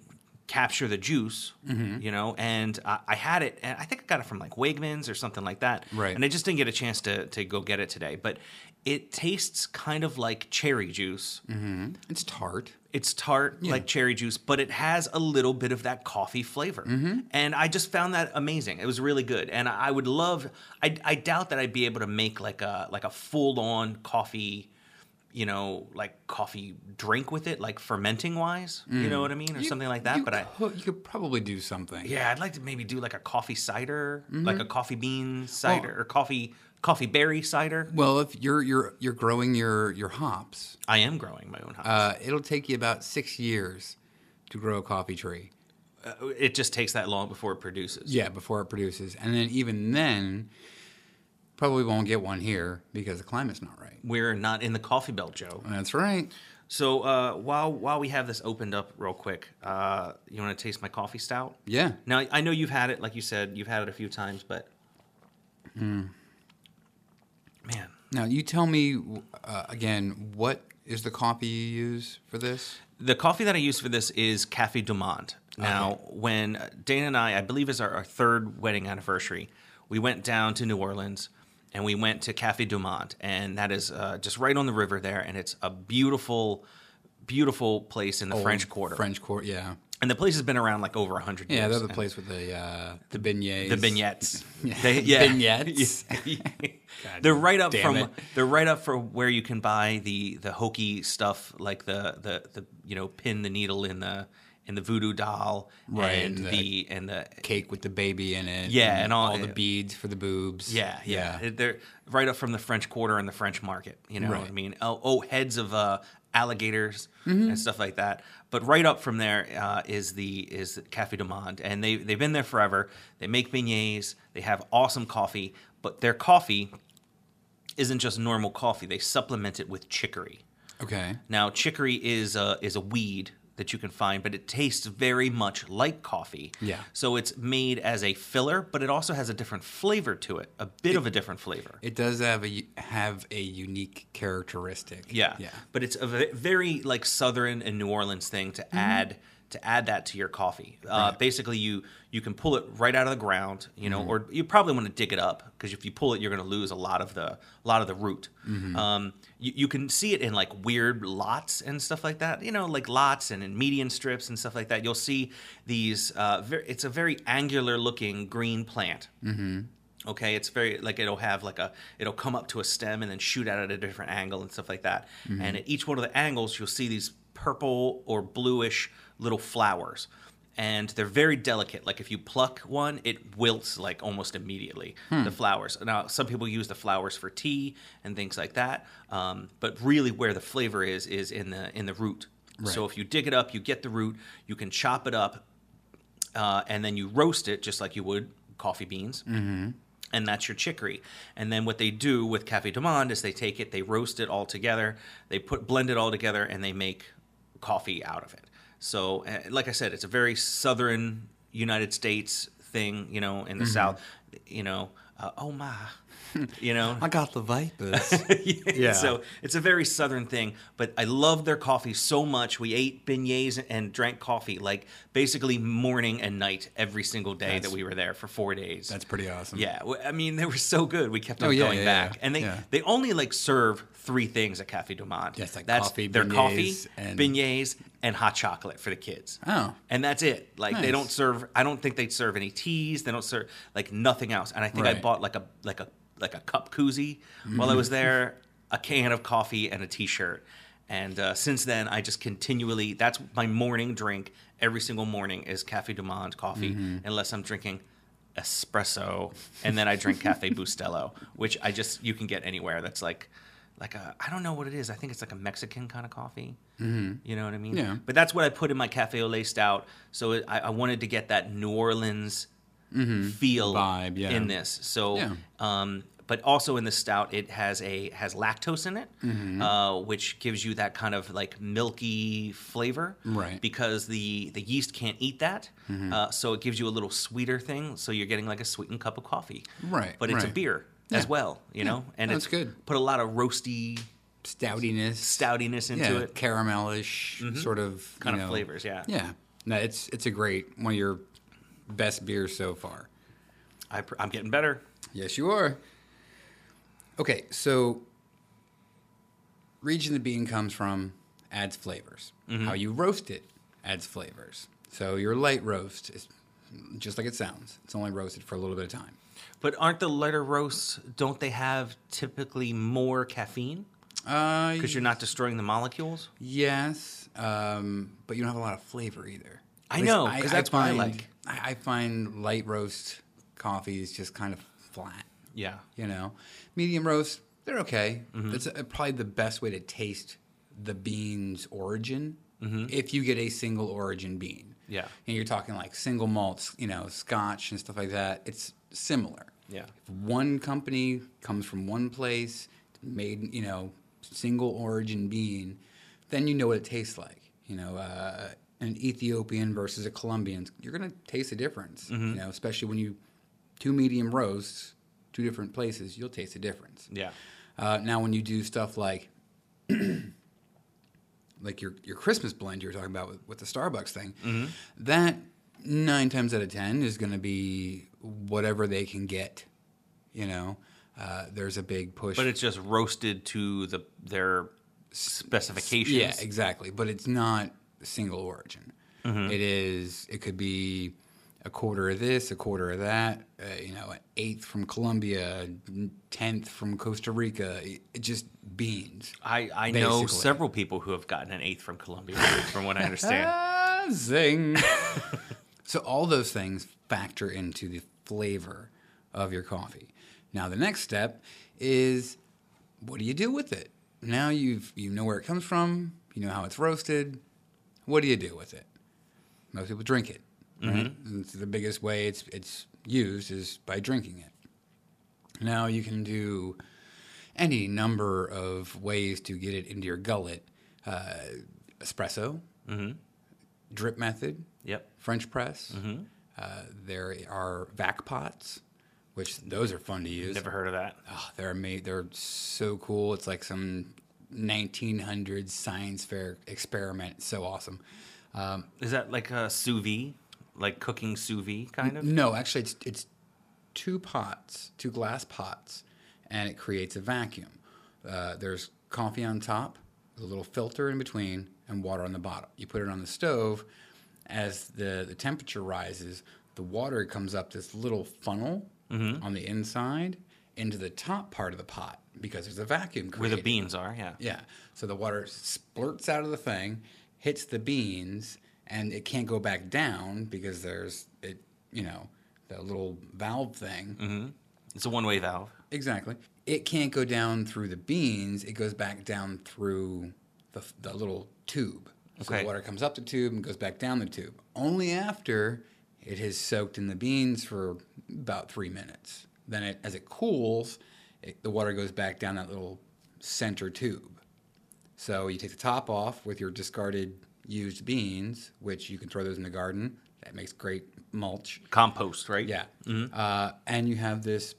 S3: capture the juice, you know. And I, I had it, and I think I got it from like Wegmans or something like that.
S2: Right.
S3: And I just didn't get a chance to to go get it today, but it tastes kind of like cherry juice.
S2: it's tart
S3: It's tart like cherry juice, but it has a little bit of that coffee flavor.
S2: Mm-hmm.
S3: And I just found that amazing. It was really good. And I I would love I I doubt that I'd be able to make like a like a full-on coffee you know, like coffee drink with it, like fermenting wise. You know what I mean, or something like that.
S2: Mm. You
S3: But I,
S2: could, you could probably do something.
S3: yeah, I'd like to maybe do like a coffee cider,
S2: Mm-hmm.
S3: like a coffee bean cider or coffee coffee berry cider.
S2: Well, if you're you're you're growing your your hops,
S3: I am growing my own hops.
S2: uh, it'll take you about six years to grow a coffee tree.
S3: it just takes that long before it produces.
S2: Yeah, before it produces, and then even then, probably won't get one here because the climate's not right.
S3: We're not in the coffee belt, Joe.
S2: That's right.
S3: So uh, while while we have this opened up real quick, uh, you want to taste my coffee stout?
S2: Yeah.
S3: Now I know you've had it, like you said, you've had it a few times, but
S2: Hmm.
S3: man,
S2: Now you tell me uh, again what is the coffee you use for this?
S3: the coffee that I use for this is Cafe Du Monde. Now, when Dana and I, I believe is our, our third wedding anniversary, we went down to New Orleans and we went to Cafe Du Monde, and that is uh, just right on the river there, and it's a beautiful, beautiful place in the French Quarter.
S2: French Quarter. Yeah.
S3: And the place has been around like over hundred years.
S2: Yeah, they're the
S3: and-
S2: place with the uh, the beignets.
S3: the vignettes. They-
S2: Vignettes.
S3: they're right up
S2: damn
S3: from
S2: it.
S3: they're right up from where you can buy the the hokey stuff like the the the you know pin the needle in the in the voodoo doll
S2: Right,
S3: and
S2: and the-
S3: the and the
S2: cake with the baby in it.
S3: Yeah, and all-
S2: the beads for the boobs.
S3: yeah, yeah they're right up from the French Quarter and the French Market. You know what I
S2: Right.
S3: mean? Oh, oh heads of uh, alligators and stuff like that. But right up from there uh, is the is Cafe Du Monde, and they they've been there forever. They make beignets. They have awesome coffee, but their coffee isn't just normal coffee. They supplement it with chicory.
S2: Okay.
S3: Now, chicory is a is a weed that you can find, but it tastes very much like coffee.
S2: Yeah.
S3: So it's made as a filler, but it also has a different flavor to it, a bit of a different flavor.
S2: It does have a have a unique characteristic.
S3: yeah.
S2: Yeah.
S3: But it's a ve- very like Southern and New Orleans thing to add to add that to your coffee. Uh, basically, you you can pull it right out of the ground, you know, or you probably want to dig it up because if you pull it, you're going to lose a lot of the a lot of the root. Um, you, you can see it in like weird lots and stuff like that, you know, like lots and in median strips and stuff like that. You'll see these. Uh, ver- it's a very angular looking green plant. Okay, it's very like it'll have like a it'll come up to a stem and then shoot out at a different angle and stuff like that. And at each one of the angles, you'll see these purple or bluish little flowers, and they're very delicate. Like if you pluck one, it wilts like almost immediately. The flowers. Now, some people use the flowers for tea and things like that, um, but really where the flavor is is in the in the root. So if you dig it up, you get the root. You can chop it up, uh, and then you roast it just like you would coffee beans. Mm-hmm. And that's your chicory. And then what they do with Cafe Du Monde is they take it, they roast it all together, they put blend it all together, and they make coffee out of it. So, uh, like I said, it's a very southern United States thing, you know, in the South, you know, uh, oh my, you know.
S2: I got the vipers.
S3: yeah. So it's a very southern thing, but I love their coffee so much. We ate beignets and drank coffee like basically morning and night every single day that we were there for four days.
S2: That's pretty awesome.
S3: Yeah, w- I mean they were so good. We kept on
S2: Oh, yeah,
S3: going
S2: yeah,
S3: back,
S2: yeah,
S3: and they
S2: yeah.
S3: they only like serve three things at Cafe Du Monde.
S2: Yes, like
S3: that's
S2: coffee,
S3: their coffee,
S2: beignets, and-
S3: beignets, and hot chocolate for the kids.
S2: Oh.
S3: and that's it. Like they
S2: Nice.
S3: don't serve. I don't think they serve any teas. They don't serve like nothing else. And I think I
S2: Right.
S3: bought like a like a like a cup koozie while I was there, a can of coffee and a T-shirt. And uh, since then, I just continually. That's my morning drink every single morning is Cafe Du Monde coffee,
S2: Mm-hmm.
S3: unless I'm drinking espresso, and then I drink Cafe Bustelo, which I just you can get anywhere. That's like like a I don't know what it is. I think it's like a Mexican kind of coffee. You know what I mean?
S2: Mm-hmm. Yeah.
S3: But that's what I put in my cafe au lait stout. So it, I, I wanted to get that New Orleans feel
S2: Mm-hmm. Vibe, yeah.
S3: in this. So.
S2: Yeah.
S3: Um, but also in the stout, it has a has lactose in it,
S2: Mm-hmm.
S3: uh, which gives you that kind of like milky flavor
S2: Right. Mm-hmm.
S3: because the the yeast can't eat that, uh, so it gives you a little sweeter thing. So you're getting like a sweetened cup of coffee,
S2: Right,
S3: But it's a
S2: right.
S3: beer as well, you know, and
S2: No,
S3: it's
S2: it's good.
S3: Put a lot of roasty
S2: Stoutiness.
S3: stoutiness into
S2: yeah,
S3: it.
S2: caramelish sort of
S3: Kind
S2: you
S3: of
S2: know-
S3: flavors, yeah.
S2: Yeah. No, it's it's a great one of your best beers so far.
S3: I, pr- I'm getting better.
S2: Yes, you are. Okay, so region the bean comes from adds flavors. How you roast it adds flavors. So your light roast is just like it sounds. It's only roasted for a little bit of time.
S3: But aren't the lighter roasts? Don't they have typically more caffeine?
S2: Uh,
S3: because you're not destroying the molecules.
S2: Yes, um, but you don't have a lot of flavor either.
S3: I
S2: At least
S3: know, 'cause that's what I
S2: find,
S3: like.
S2: I, I find light roast coffees just kind of flat.
S3: Yeah.
S2: You know, medium roast they're okay.
S3: Mm-hmm.
S2: That's uh probably the best way to taste the bean's origin if you get a single origin bean.
S3: Mm-hmm. Yeah.
S2: and you're talking like single malts, you know, Scotch and stuff like that. It's similar.
S3: Yeah.
S2: If one company comes from one place, made you know single origin bean, then you know what it tastes like. You know, uh, an Ethiopian versus a Colombian, you're gonna taste the difference. You know, especially when you two medium roasts, two different places, you'll taste the difference.
S3: Yeah.
S2: Uh, now, when you do stuff like like your your Christmas blend you were talking about with, with the Starbucks thing,
S3: Mm-hmm.
S2: that nine times out of ten is going to be whatever they can get. You know, uh, there's a big push.
S3: But it's just roasted to the their specifications.
S2: yeah, exactly. But it's not single origin.
S3: Mm-hmm.
S2: It is. It could be a quarter of this, a quarter of that. Uh, you know, an eighth from Colombia, a tenth from Costa Rica. It, it just beans.
S3: I, I know
S2: Basically.
S3: several people who have gotten an eighth from Colombia, from what I understand.
S2: Ah, zing. so all those things factor into the flavor of your coffee. Now the next step is what do you do with it? Now you've you know where it comes from, you know how it's roasted. What do you do with it? Most people drink it. Right? And It's the biggest way it's it's used is by drinking it. Now you can do any number of ways to get it into your gullet. Uh, espresso, drip method,
S3: Yep.
S2: French press. Uh, there are vac pots, which those are fun to use.
S3: Never heard of that.
S2: Oh, they're ama- They're so cool. It's like some 1900s science fair experiment. It's so awesome. Um,
S3: Is that like a sous vide, like cooking sous vide kind of?
S2: no, actually, it's it's two pots, two glass pots, and it creates a vacuum. Uh, there's coffee on top, a little filter in between, and water on the bottom. You put it on the stove. As the, the temperature rises, the water comes up this little funnel on the inside into the top part of the pot because there's a vacuum
S3: Where the
S2: created.
S3: beans are, yeah.
S2: Yeah. So the water splurts out of the thing, hits the beans, and it can't go back down because there's it, you know, the little valve thing.
S3: It's a one way valve.
S2: Exactly. It can't go down through the beans. It goes back down through the, the little tube. So
S3: Okay.
S2: the water comes up the tube and goes back down the tube. Only after it has soaked in the beans for about three minutes. Then, it, as it cools, it, the water goes back down that little center tube. So you take the top off with your discarded used beans, which you can throw those in the garden. That makes great mulch.
S3: Compost, right?
S2: Yeah. Uh, and you have this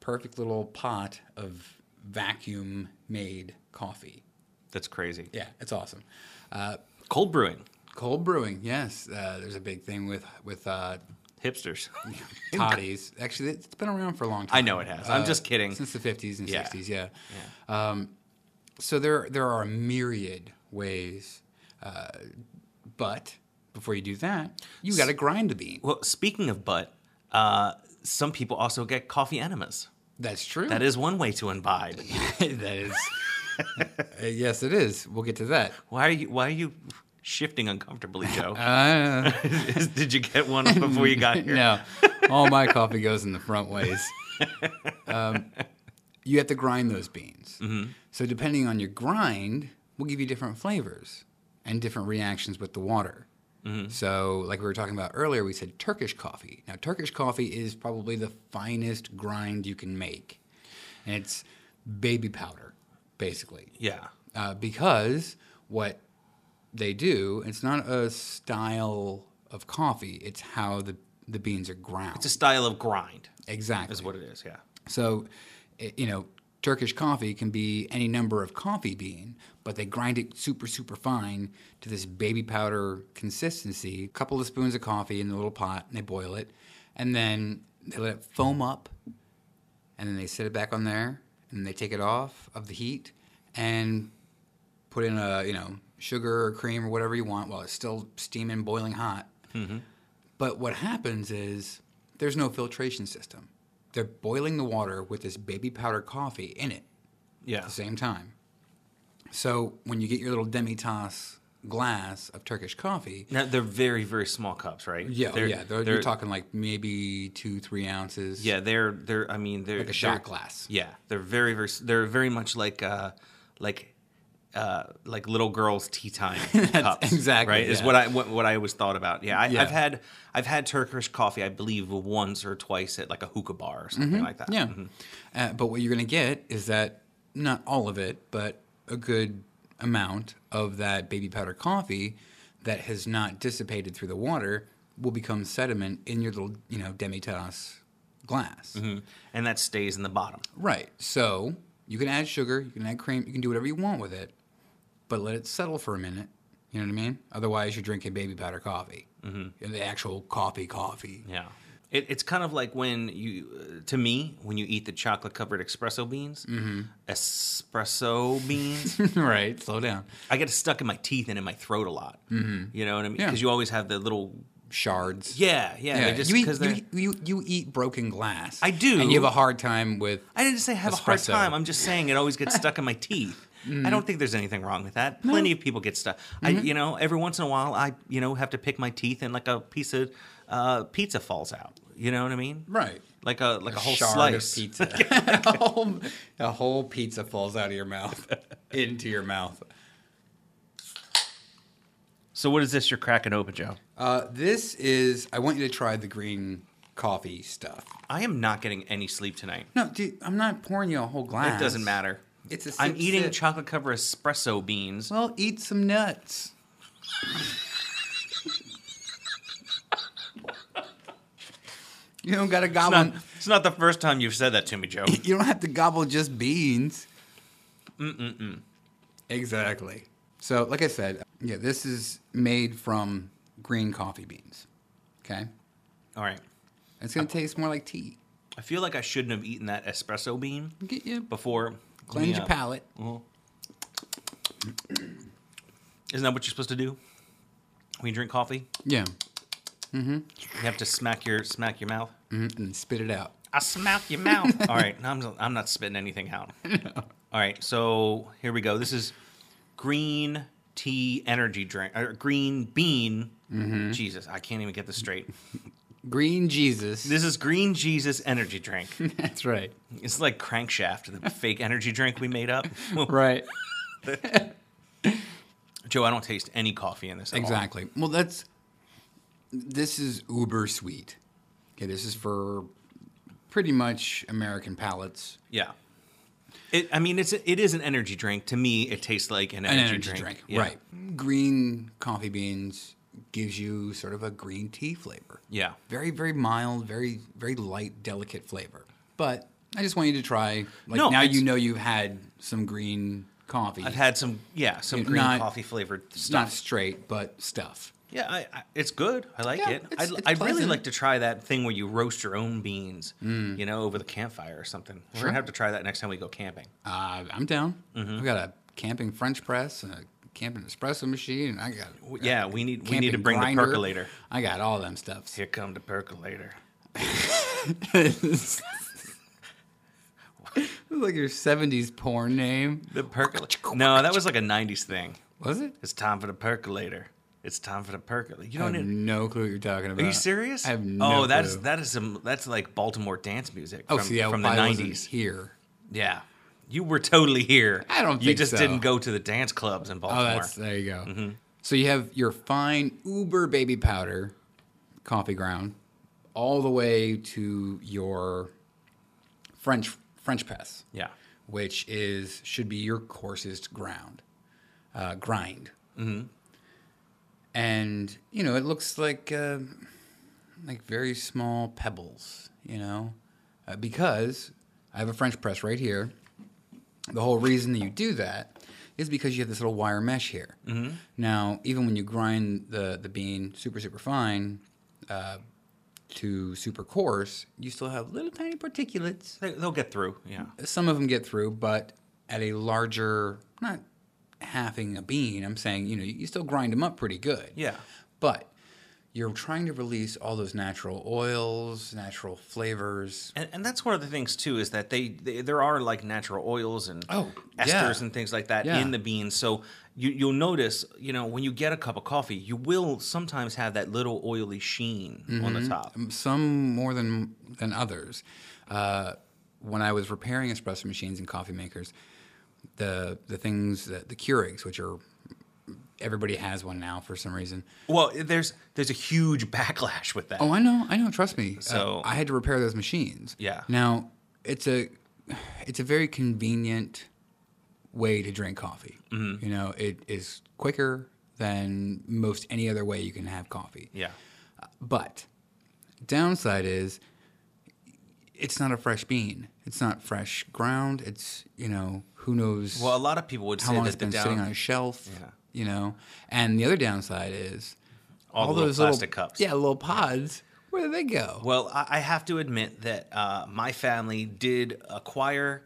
S2: perfect little pot of vacuum made coffee.
S3: That's crazy.
S2: Yeah, it's awesome. Uh,
S3: Cold brewing.
S2: cold brewing, yes. Uh, there's a big thing with with uh,
S3: Hipsters.
S2: toddies. Actually, it's been around for a long time.
S3: I know it has. I'm just kidding.
S2: Uh, Since the 50s and
S3: Yeah.
S2: 60s, yeah. Um, so there, there are a myriad ways, uh, but before you do that, you got to grind the bean.
S3: well, speaking of butt, uh, some people also get coffee enemas.
S2: That's true.
S3: That is one way to imbibe.
S2: that is. Uh, yes, it is. We'll get to that.
S3: Why are you? Why are you shifting uncomfortably, Joe?
S2: Uh,
S3: Did you get one before you got here?
S2: no, all my coffee goes in the front ways. Um, you have to grind those beans. So depending on your grind, we'll give you different flavors and different reactions with the water. So, like we were talking about earlier, we said Turkish coffee. Now, Turkish coffee is probably the finest grind you can make, and it's baby powder, basically.
S3: Yeah.
S2: uh, because what they do, it's not a style of coffee, it's how the, the beans are ground.
S3: It's a style of grind,
S2: exactly.
S3: is what it is. Yeah.
S2: So, i- you know, Turkish coffee can be any number of coffee bean, but they grind it super, super fine to this baby powder consistency. A couple of spoons of coffee in a little pot, and they boil it, and then they let it foam up, and then they set it back on there, and they take it off of the heat, and put in a you know sugar or cream or whatever you want while it's still steaming, boiling hot. But what happens is there's no filtration system. They're boiling the water with this baby powder coffee in it
S3: Yeah.
S2: at the same time. So when you get your little demi-tasse glass of Turkish coffee,
S3: Now they're very very small cups, right?
S2: yeah, oh,
S3: they're,
S2: yeah, they're, you're talking like maybe two, three ounces.
S3: Yeah, they're they're. I mean, they're
S2: like a shot
S3: they're-
S2: glass.
S3: Yeah, they're very very. They're very much like uh, like. Uh, like little girls' tea time cups,
S2: exactly,
S3: right? Is
S2: yeah.
S3: what I what, what I always thought about. Yeah, I,
S2: Yeah.
S3: I've had I've had Turkish coffee, I believe, once or twice at like a hookah bar or something like that.
S2: Yeah. Uh, but what you're going to get is that not all of it, but a good amount of that baby powder coffee that has not dissipated through the water will become sediment in your little, you know, demi-tasse glass.
S3: Mm-hmm. and that stays in the bottom.
S2: Right. So you can add sugar, you can add cream, you can do whatever you want with it, but let it settle for a minute. You know what I mean? Otherwise, you're drinking baby powder coffee, mm-hmm. the actual coffee, coffee.
S3: Yeah. It, it's kind of like when you, uh, to me, when you eat the chocolate covered espresso beans,
S2: Mm-hmm.
S3: espresso beans,
S2: right. Slow down.
S3: I get it stuck in my teeth and in my throat a lot. You know what I mean?
S2: Mm-hmm. Yeah.
S3: Because you always have the little,
S2: Shards.
S3: yeah, yeah.
S2: Yeah,
S3: they just,
S2: you,
S3: because
S2: eat,
S3: they're
S2: you, you, you eat broken glass.
S3: I do.
S2: And you have a hard time with.
S3: I didn't say I have a hard
S2: Espresso. Mm-hmm.
S3: time. I'm just saying it always gets stuck in my teeth. I don't think there's anything wrong with that. Plenty of people get stuck. I, you know, every once in a while, I, you know, have to pick my teeth and like a piece of uh, pizza falls out. You know what I mean?
S2: Right.
S3: Like a like a, whole
S2: shard
S3: slice.
S2: of pizza. a, whole, a whole pizza falls out of your mouth into your mouth.
S3: So what is this you're cracking open, Joe?
S2: Uh, this is. I want you to try the green coffee stuff.
S3: I am not getting any sleep tonight.
S2: No, dude, I'm not pouring you a whole
S3: It
S2: glass.
S3: doesn't matter.
S2: It's a
S3: I'm
S2: sip,
S3: eating
S2: sip.
S3: chocolate covered espresso beans.
S2: Well, eat some nuts. you don't got to
S3: It's
S2: gobble.
S3: not, it's not the first time you've said that to me, Joe.
S2: You don't have to gobble just beans. Mm-mm-mm. Exactly. So, like I said, yeah, this is made from green coffee beans. Okay,
S3: All right.
S2: it's gonna taste more like tea.
S3: I feel like I shouldn't have eaten that espresso bean
S2: Get you
S3: before. uh,
S2: cleanse
S3: Yeah.
S2: your palate.
S3: Isn't that what you're supposed to do when you drink coffee?
S2: Yeah,
S3: You have to smack your smack your mouth.
S2: and spit it out.
S3: I smack your mouth. All right, no, I'm I'm not spitting anything out. All right, so here we go. This is green tea energy drink or green bean. Jesus, I can't even get this straight.
S2: Green Jesus.
S3: This is green Jesus energy drink.
S2: That's right.
S3: It's like crankshaft, the fake energy drink we made up.
S2: Right.
S3: Joe, I don't taste any coffee in this. At all.
S2: Exactly. Well, that's this is uber sweet. Okay, this is for pretty much American palates.
S3: Yeah. It, I mean, it's it is an energy drink. To me, it tastes like an energy,
S2: an energy drink,
S3: Yeah.
S2: right? Green coffee beans gives you sort of a green tea flavor.
S3: Yeah.
S2: Very, very mild, very, very light, delicate flavor. But I just want you to try. Like
S3: No,
S2: now, you
S3: it's-
S2: know you've had some green coffee.
S3: I've had some, yeah, some
S2: It's
S3: green
S2: not-
S3: coffee flavored
S2: It's
S3: stuff.
S2: not straight, but stuff.
S3: Yeah, I, I, it's good. I like
S2: Yeah,
S3: it.
S2: it's-
S3: I'd,
S2: it's
S3: I'd really
S2: pleasant. Mm.
S3: like to try that thing where you roast your own beans, you know, over the campfire or something. We're
S2: Sure.
S3: gonna have to try that next time we go camping.
S2: Uh, I'm down.
S3: Mm-hmm.
S2: I've got a camping French press and a camping espresso machine. And I got
S3: W- yeah, we need we need to
S2: camping
S3: bring
S2: grinder.
S3: the percolator.
S2: I got all them stuff.
S3: Here come the percolator.
S2: it's like your 70s porn name.
S3: The percolator. No, that was like a '90s thing.
S2: Was it?
S3: It's time for the percolator. It's time for the percolator. You
S2: I
S3: don't.
S2: have
S3: Need,
S2: no clue what you're talking about.
S3: are you serious?
S2: I have no
S3: Oh, that's
S2: clue.
S3: that is some that's like Baltimore dance music
S2: Oh,
S3: from,
S2: see, I
S3: from the
S2: probably wasn't
S3: '90s.
S2: here.
S3: Yeah, you were totally here.
S2: I don't
S3: You
S2: think
S3: just
S2: so.
S3: didn't go to the dance clubs in
S2: Oh,
S3: Baltimore.
S2: that's there you go.
S3: Mm-hmm.
S2: So you have your fine uber baby powder coffee ground all the way to your French French press,
S3: yeah.
S2: which is should be your coarsest ground uh, grind. And you know, it looks like uh, like very small pebbles, you know, uh, because I have a French press right here. The whole reason that you do that is because you have this little wire mesh here. Mm-hmm. Now, even when you grind the, the bean super, super fine uh, to super coarse, you still have little tiny particulates.
S3: They, they'll get through. Yeah.
S2: Some of them get through, but at a larger, not halving a bean, I'm saying, you know, you, you still grind them up pretty good.
S3: Yeah.
S2: But you're trying to release all those natural oils, natural flavors.
S3: And, and that's one of the things too is that they, they there are like natural oils and
S2: Oh,
S3: esters
S2: yeah.
S3: and things like that
S2: Yeah.
S3: in the beans. So you you'll notice you know when you get a cup of coffee, you will sometimes have that little oily sheen on
S2: Mm-hmm.
S3: the top.
S2: Um, some more than than others. Uh, when I was repairing espresso machines and coffee makers, the the things that the Keurigs, which are everybody has one now for some reason.
S3: Well, there's there's a huge backlash with that.
S2: Oh, I know, I know. Trust me. Uh,
S3: So-
S2: I had to repair those machines.
S3: Yeah.
S2: Now it's a it's a very convenient way to drink coffee.
S3: Mm-hmm.
S2: You know, it is quicker than most any other way you can have coffee.
S3: Yeah.
S2: But downside is it's not a fresh bean. It's not fresh ground. It's you know who knows
S3: Well, a lot of people would
S2: how
S3: say
S2: long
S3: that
S2: it's
S3: the
S2: been sitting on
S3: down
S2: a shelf.
S3: Yeah.
S2: You know, and the other downside is
S3: all, the little plastic cups.
S2: Yeah, little pods. Where do they go?
S3: Well, I, I have to admit that uh, my family did acquire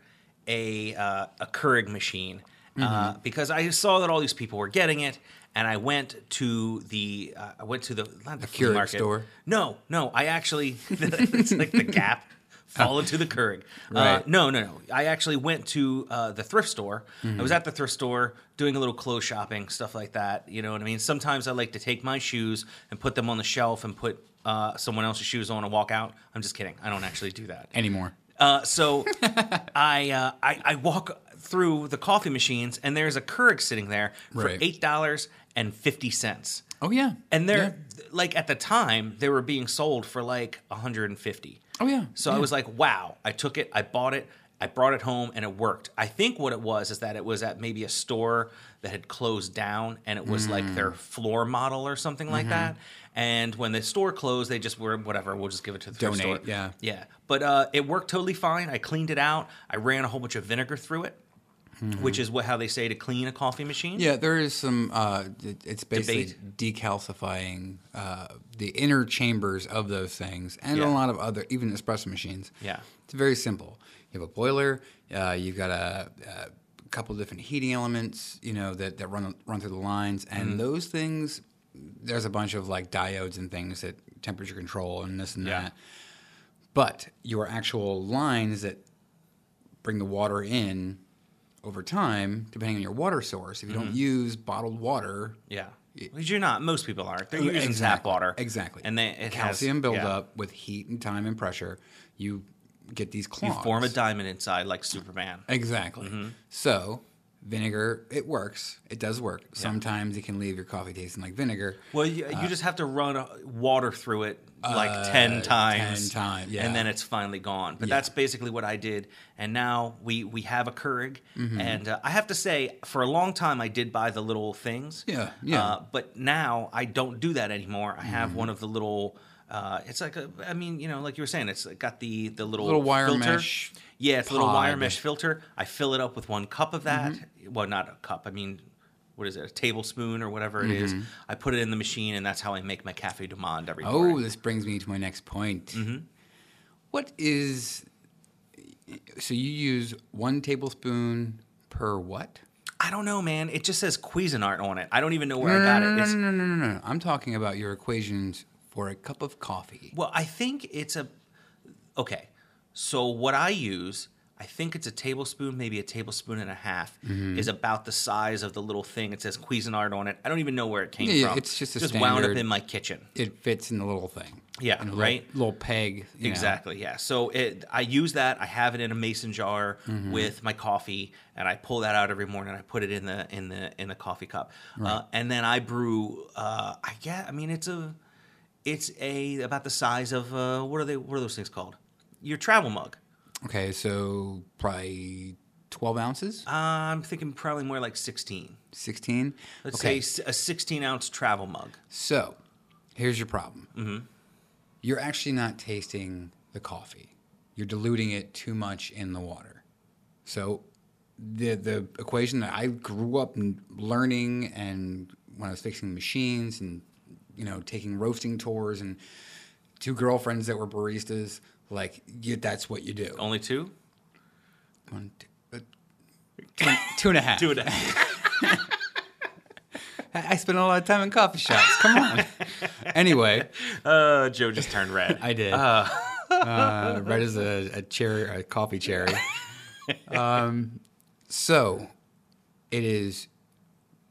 S3: a uh, a Keurig machine
S2: Mm-hmm.
S3: uh, because I saw that all these people were getting it, and I went to the uh, I went to the not the, flea
S2: Keurig
S3: market.
S2: store?
S3: No, no, I actually it's like the Gap. Fall into the Keurig. Uh,
S2: Right.
S3: no, no, no. I actually went to uh, the thrift store. I
S2: Mm-hmm.
S3: was at the thrift store doing a little clothes shopping, stuff like that. You know what I mean? Sometimes I like to take my shoes and put them on the shelf and put uh, someone else's shoes on and walk out. I'm just kidding. I don't actually do that.
S2: Anymore.
S3: Uh, so I, uh, I I walk through the coffee machines and there's a Keurig sitting there for
S2: Right.
S3: eight dollars and fifty cents.
S2: Oh yeah.
S3: And
S2: Yeah.
S3: they're like at the time they were being sold for like 150.
S2: Oh, yeah.
S3: So I
S2: Yeah.
S3: was like, wow. I took it, I bought it, I brought it home, and it worked. I think what it was is that it was at maybe a store that had closed down, and it was like
S2: Mm.
S3: their floor model or something
S2: Mm-hmm.
S3: like that. And when the store closed, they just were whatever. We'll just give it to the thrift
S2: Donate,
S3: store.
S2: yeah.
S3: yeah. But uh, it worked totally fine. I cleaned it out. I ran a whole bunch of vinegar through it,
S2: Hmm.
S3: which is what how they say to clean a coffee machine.
S2: Yeah, there is some. Uh, it- it's basically decalcifying uh, the inner chambers of those things, and
S3: Yeah.
S2: a lot of other, even espresso machines.
S3: Yeah.
S2: it's very simple. You have a boiler. Uh, you've got a, a couple different heating elements, you know, that, that run run through the lines, and
S3: Mm-hmm.
S2: those things. There's a bunch of like diodes and things that temperature control and this and
S3: Yeah.
S2: that. But your actual lines that bring the water in over time, depending on your water source. If you
S3: Mm-hmm.
S2: don't use bottled water,
S3: Yeah. Because you're not. Most people aren't. They're using tap
S2: E Exactly,
S3: water.
S2: Exactly.
S3: And then it
S2: calcium
S3: has, yeah.
S2: buildup with heat and time and pressure, you get these
S3: You
S2: clogs.
S3: form a diamond inside like Superman.
S2: Exactly.
S3: Mm-hmm.
S2: So vinegar, it works. It does work. Sometimes it can leave your coffee tasting like vinegar.
S3: Well, you, you just have to run uh, water through it like 10 times.
S2: 10 Uh, time, yeah.
S3: And then it's finally gone. But that's basically what I did. And now we, we have a Keurig.
S2: Mm-hmm.
S3: And uh, I have to say, for a long time, I did buy the little things.
S2: Yeah, yeah. Mm-hmm.
S3: Uh, but now I don't do that anymore. I have one of the little. Uh, it's like a, I mean, you know, like you were saying, it's got the the little
S2: Little wire
S3: filter.
S2: mesh
S3: Yeah, it's a little wire
S2: pod.
S3: mesh filter. I fill it up with one cup of that.
S2: Mm-hmm.
S3: Well, not a cup. I mean, what is it? A tablespoon or whatever it is. I put it in the machine, and that's how I make my cafe du monde every
S2: Mm-hmm. Oh,
S3: morning.
S2: this brings me to my next point.
S3: Mm-hmm.
S2: What is so you use one tablespoon per what?
S3: I don't know, man. It just says Cuisinart on it. I don't even know where I got it. It's,
S2: No, no, no, no, no. I'm talking about your equations for a cup of coffee.
S3: Well, I think it's a okay. So what I use, I think it's a tablespoon, maybe a tablespoon and a half,
S2: Mm-hmm.
S3: is about the size of the little thing. It says Cuisinart on it. I don't even know where it came
S2: Yeah,
S3: from.
S2: it's just a
S3: just wound up
S2: standard-
S3: in my kitchen.
S2: It fits in the little thing.
S3: Yeah,
S2: In a little-
S3: right?
S2: Little peg. you know.
S3: Exactly. Yeah. So it, I use that. I have it in a mason jar
S2: Mm-hmm.
S3: with my coffee, and I pull that out every morning. I put it in the in the in the coffee cup, uh, and then I brew. Uh, I get. I mean, it's a it's a about the size of uh, what are they? What are those things called? Your travel mug.
S2: Okay, so probably 12 ounces,
S3: Uh, I'm thinking probably more like 16.
S2: 16.
S3: Let's
S2: okay,
S3: say s- a 16 ounce travel mug.
S2: so here's your problem. Mm-hmm. You're actually not tasting the coffee. You're diluting it too much in the water. So the the equation that I grew up n- learning and when I was fixing machines and you know taking roasting tours and two girlfriends that were baristas like you, that's what you do.
S3: Only two?
S2: One, two, uh, two and- two and a half.
S3: Two and a half.
S2: I I spend a lot of time in coffee shops. Come on. anyway,
S3: Uh, Joe just turned red.
S2: I did. Uh, red is a, a cherry, a coffee cherry. um, so it is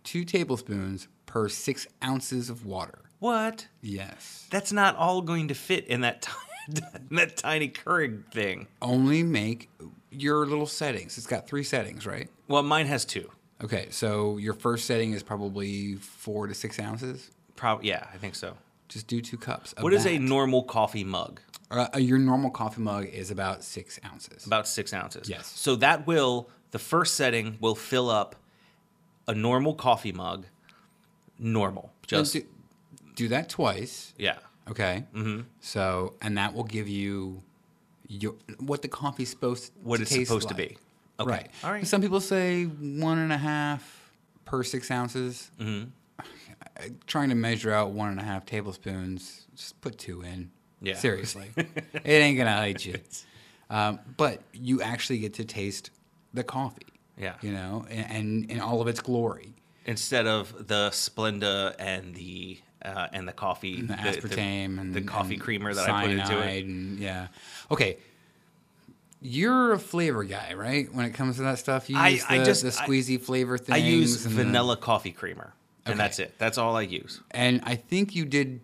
S2: two tablespoons per six ounces of water.
S3: what?
S2: Yes.
S3: That's not all going to fit in that ti- that tiny Keurig thing.
S2: Only make your little settings. It's got three settings, right?
S3: Well, mine has two.
S2: Okay, so your first setting is probably four to six ounces.
S3: Probably, yeah, I think so.
S2: Just do two cups. Of
S3: What is a
S2: that.
S3: normal coffee mug?
S2: Uh, your normal coffee mug is about six ounces.
S3: About six ounces.
S2: Yes.
S3: So that will the first setting will fill up a normal coffee mug. Normal,
S2: So
S3: just
S2: do, do that twice.
S3: yeah.
S2: Okay. Mm-hmm. So, and that will give you your what the coffee's supposed
S3: What
S2: to
S3: it's
S2: taste
S3: supposed to
S2: like.
S3: be. Okay.
S2: Right.
S3: All right.
S2: Some people say one and a half per six ounces. Mm-hmm. Trying to measure out one and a half tablespoons, just put two in.
S3: Yeah.
S2: Seriously, it ain't gonna hurt you. Um, but you actually get to taste the coffee.
S3: Yeah.
S2: You know, and and, and all of its glory.
S3: Instead of the Splenda and the uh, and the coffee,
S2: the aspartame and
S3: the coffee
S2: and
S3: creamer that I put into
S2: cyanide
S3: it.
S2: And, yeah. Okay. You're a flavor guy, right? When it comes to that stuff, you
S3: I-
S2: use the,
S3: I just-
S2: the
S3: I-
S2: squeezy flavor things.
S3: I use
S2: and the-
S3: vanilla coffee creamer, and
S2: Okay.
S3: that's it. That's all I use.
S2: and I think you did.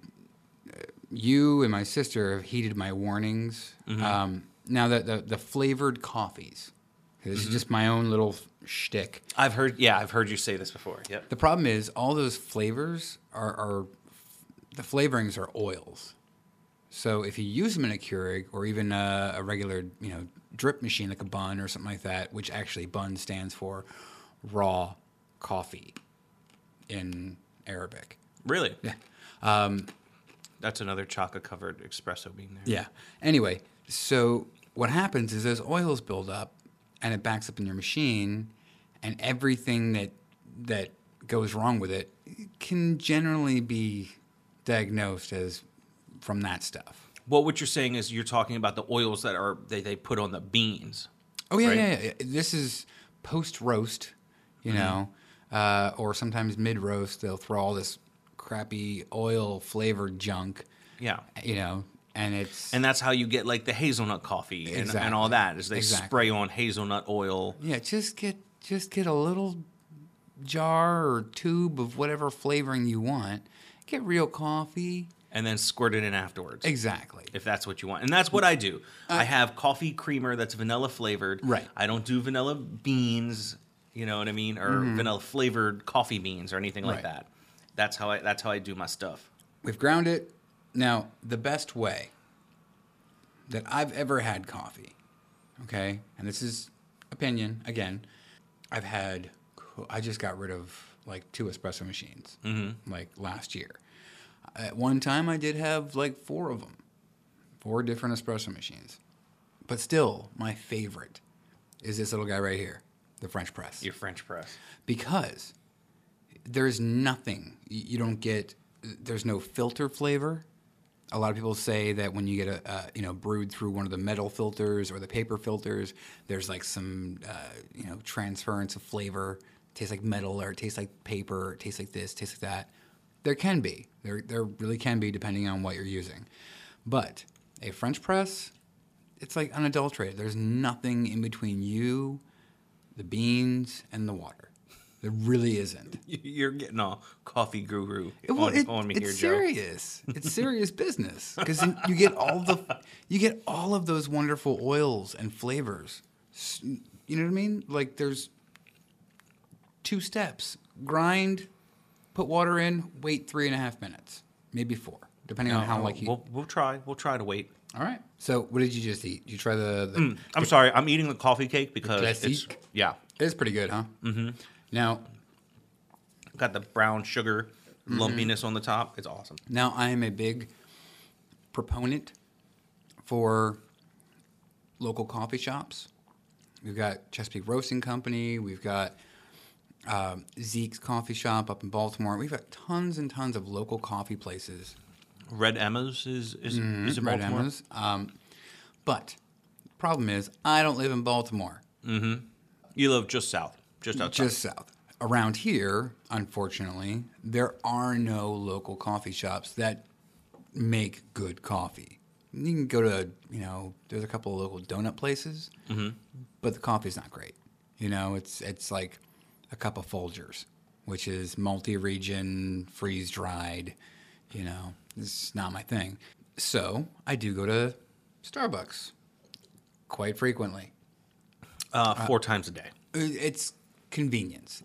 S2: uh, You and my sister have heeded my warnings.
S3: Mm-hmm.
S2: Um, now that the, the flavored coffees, this
S3: Mm-hmm.
S2: is just my own little shtick.
S3: I've heard, yeah, I've heard you say this before. Yep.
S2: The problem is all those flavors are, are the flavorings are oils. So if you use them in a Keurig or even a, a regular, you know, drip machine like a bun or something like that, which actually bun stands for raw coffee in Arabic.
S3: Really? Yeah. Um, that's another chocolate covered espresso bean there.
S2: Yeah. Anyway, so what happens is those oils build up and it backs up in your machine and everything that that goes wrong with it can generally be diagnosed as from that stuff.
S3: Well, what you're saying is you're talking about the oils that are they, they put on the beans.
S2: Oh yeah,
S3: Right.
S2: yeah, yeah. This is post roast, you know, uh, or sometimes mid roast they'll throw all this crappy oil flavored junk,
S3: Yeah.
S2: you know, and it's
S3: And that's how you get like the hazelnut coffee and, and all
S2: Exactly.
S3: that is they
S2: Exactly.
S3: spray on hazelnut oil.
S2: Yeah, just get just get a little jar or tube of whatever flavoring you want. Get real coffee.
S3: and then squirt it in afterwards.
S2: Exactly.
S3: If that's what you want. And that's what I do. I have coffee creamer that's vanilla flavored.
S2: Uh, Right.
S3: I don't do vanilla beans, you know what I mean? Or vanilla flavored coffee beans or anything like
S2: Mm-hmm. Right.
S3: that. That's how I that's how I do my stuff.
S2: We've ground it. Now, the best way that I've ever had coffee, okay, and this is opinion again, I've had, I just got rid of like two espresso machines like last year. At one time, I did have like four of them, four different espresso machines. But still, my favorite is this little guy right here, the French press
S3: Your French press.
S2: because there's nothing you you don't get there's no filter flavor a lot of people say that when you get a, a you know brewed through one of the metal filters or the paper filters there's like some uh, you know transference of flavor tastes like metal or it tastes like paper or it tastes like this tastes like that there can be there, there really can be depending on what you're using but a french press it's like unadulterated there's nothing in between you the beans and the water. There really isn't.
S3: You're getting all coffee guru
S2: Well,
S3: on,
S2: it-
S3: on me
S2: it's
S3: here, Joe.
S2: serious. It's serious business because you get all the you get all of those wonderful oils and flavors. S- You know what I mean? Like there's two steps: grind, put water in, wait three and a half minutes, maybe four, depending on how like you.
S3: Oh, we'll, we'll try. We'll try to wait.
S2: all right. So what did you just eat? Did you try the? the
S3: I'm sorry. I'm eating the coffee cake because it's
S2: classique.
S3: yeah.
S2: It's pretty good, huh? Mm-hmm. Now,
S3: Got the brown sugar
S2: Mm-hmm.
S3: lumpiness on the top. It's awesome.
S2: Now, I am a big proponent for local coffee shops. We've got Chesapeake Roasting Company. We've got um, Zeke's Coffee Shop up in Baltimore. We've got tons and tons of local coffee places.
S3: Red Emma's is is, is in
S2: Mm-hmm. Red
S3: Baltimore.
S2: Emma's. Um, but the problem is, I don't live in Baltimore,
S3: You live just south, just outside.
S2: just south. around here, unfortunately, there are no local coffee shops that make good coffee. You can go to, you know, there's a couple of local donut places, but the coffee's not great. You know, it's it's like a cup of Folgers, which is multi-region, freeze-dried. You know, it's not my thing. So I do go to Starbucks quite frequently.
S3: uh, four times a day.
S2: uh, It's convenience.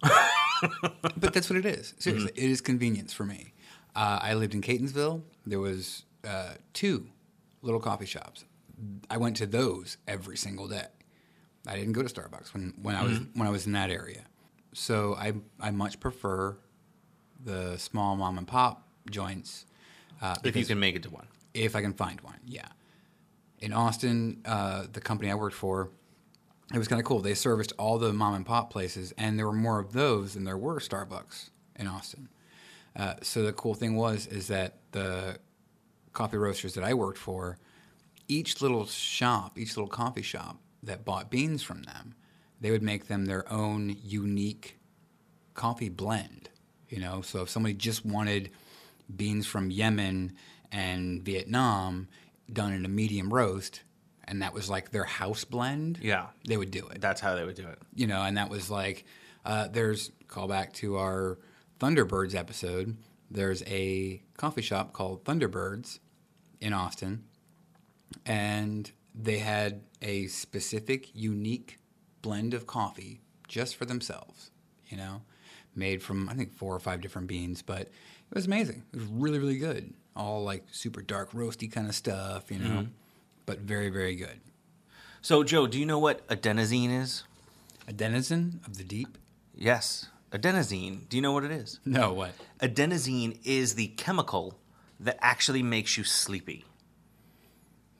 S2: but that's what it is. Seriously, it is convenience for me. Uh, I lived in Catonsville. There was uh, two little coffee shops. I went to those every single day. I didn't go to Starbucks when, when I was when I was in that area. So I I much prefer the small mom and pop joints. Uh,
S3: If you
S2: because-
S3: can make it to one.
S2: if I can find one. Yeah. In Austin, uh, the company I worked for, it was kind of cool. They serviced all the mom and pop places, and there were more of those than there were Starbucks in Austin. Uh, so the cool thing was is that the coffee roasters that I worked for, each little shop, each little coffee shop that bought beans from them, they would make them their own unique coffee blend. You know, so if somebody just wanted beans from Yemen and Vietnam done in a medium roast, and that was like their house blend,
S3: Yeah.
S2: they would do it
S3: That's how they would do it.
S2: you know, and that was like, uh, there's callback to our Thunderbirds episode. There's a coffee shop called Thunderbirds in Austin, and they had a specific, unique blend of coffee just for themselves, you know, made from I think four or five different beans, but it was amazing. It was really, really good. All like super dark, roasty kind of stuff, you know, but very, very good.
S3: So, Joe, do you know what adenosine is?
S2: A denizen of the deep?
S3: Yes, adenosine. Do you know what it is?
S2: No, what?
S3: Adenosine is the chemical that actually makes you sleepy.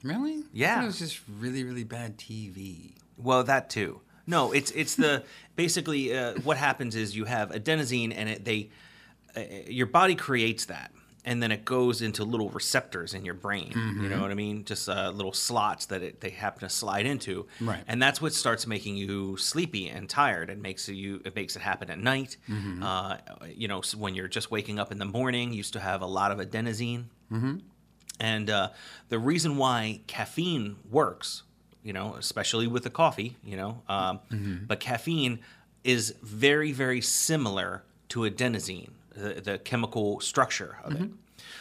S2: Really? I thought
S3: Yeah.
S2: it was just really, really bad TV.
S3: Well, that too. No, it's it's the basically uh, what happens is you have adenosine and it, they uh, your body creates that and then it goes into little receptors in your brain. You know what I mean? Just uh, little slots that it, they happen to slide into.
S2: Right.
S3: And that's what starts making you sleepy and tired and makes you it makes it happen at night. Uh, you know, so when you're just waking up in the morning, you used to have a lot of adenosine. And uh, the reason why caffeine works, you know, especially with the coffee, you know, um, but caffeine is very, very similar to adenosine, the, the chemical structure of it.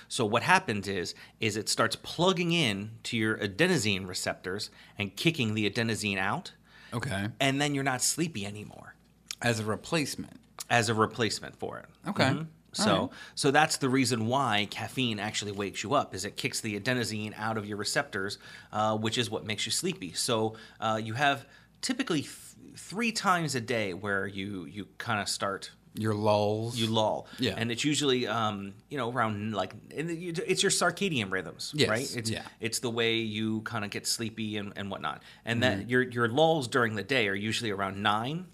S3: So what happens is, is it starts plugging in to your adenosine receptors and kicking the adenosine out,
S2: Okay.
S3: and then you're not sleepy anymore
S2: As a replacement. Mm-hmm.
S3: as a replacement for it.
S2: Okay.
S3: Mhm. So, so that's the reason why caffeine actually wakes you up, is it kicks the adenosine out of your receptors, uh, which is what makes you sleepy. So uh, you have typically th- three times a day where you you kind of start
S2: Your lulls.
S3: you lull,
S2: Yeah.
S3: and it's usually um, you know around like and you- it's your circadian rhythms,
S2: Yes,
S3: right? It's
S2: yeah.
S3: it's the way you kind of get sleepy and, and whatnot, and
S2: Mm-hmm.
S3: that your your lulls during the day are usually around 9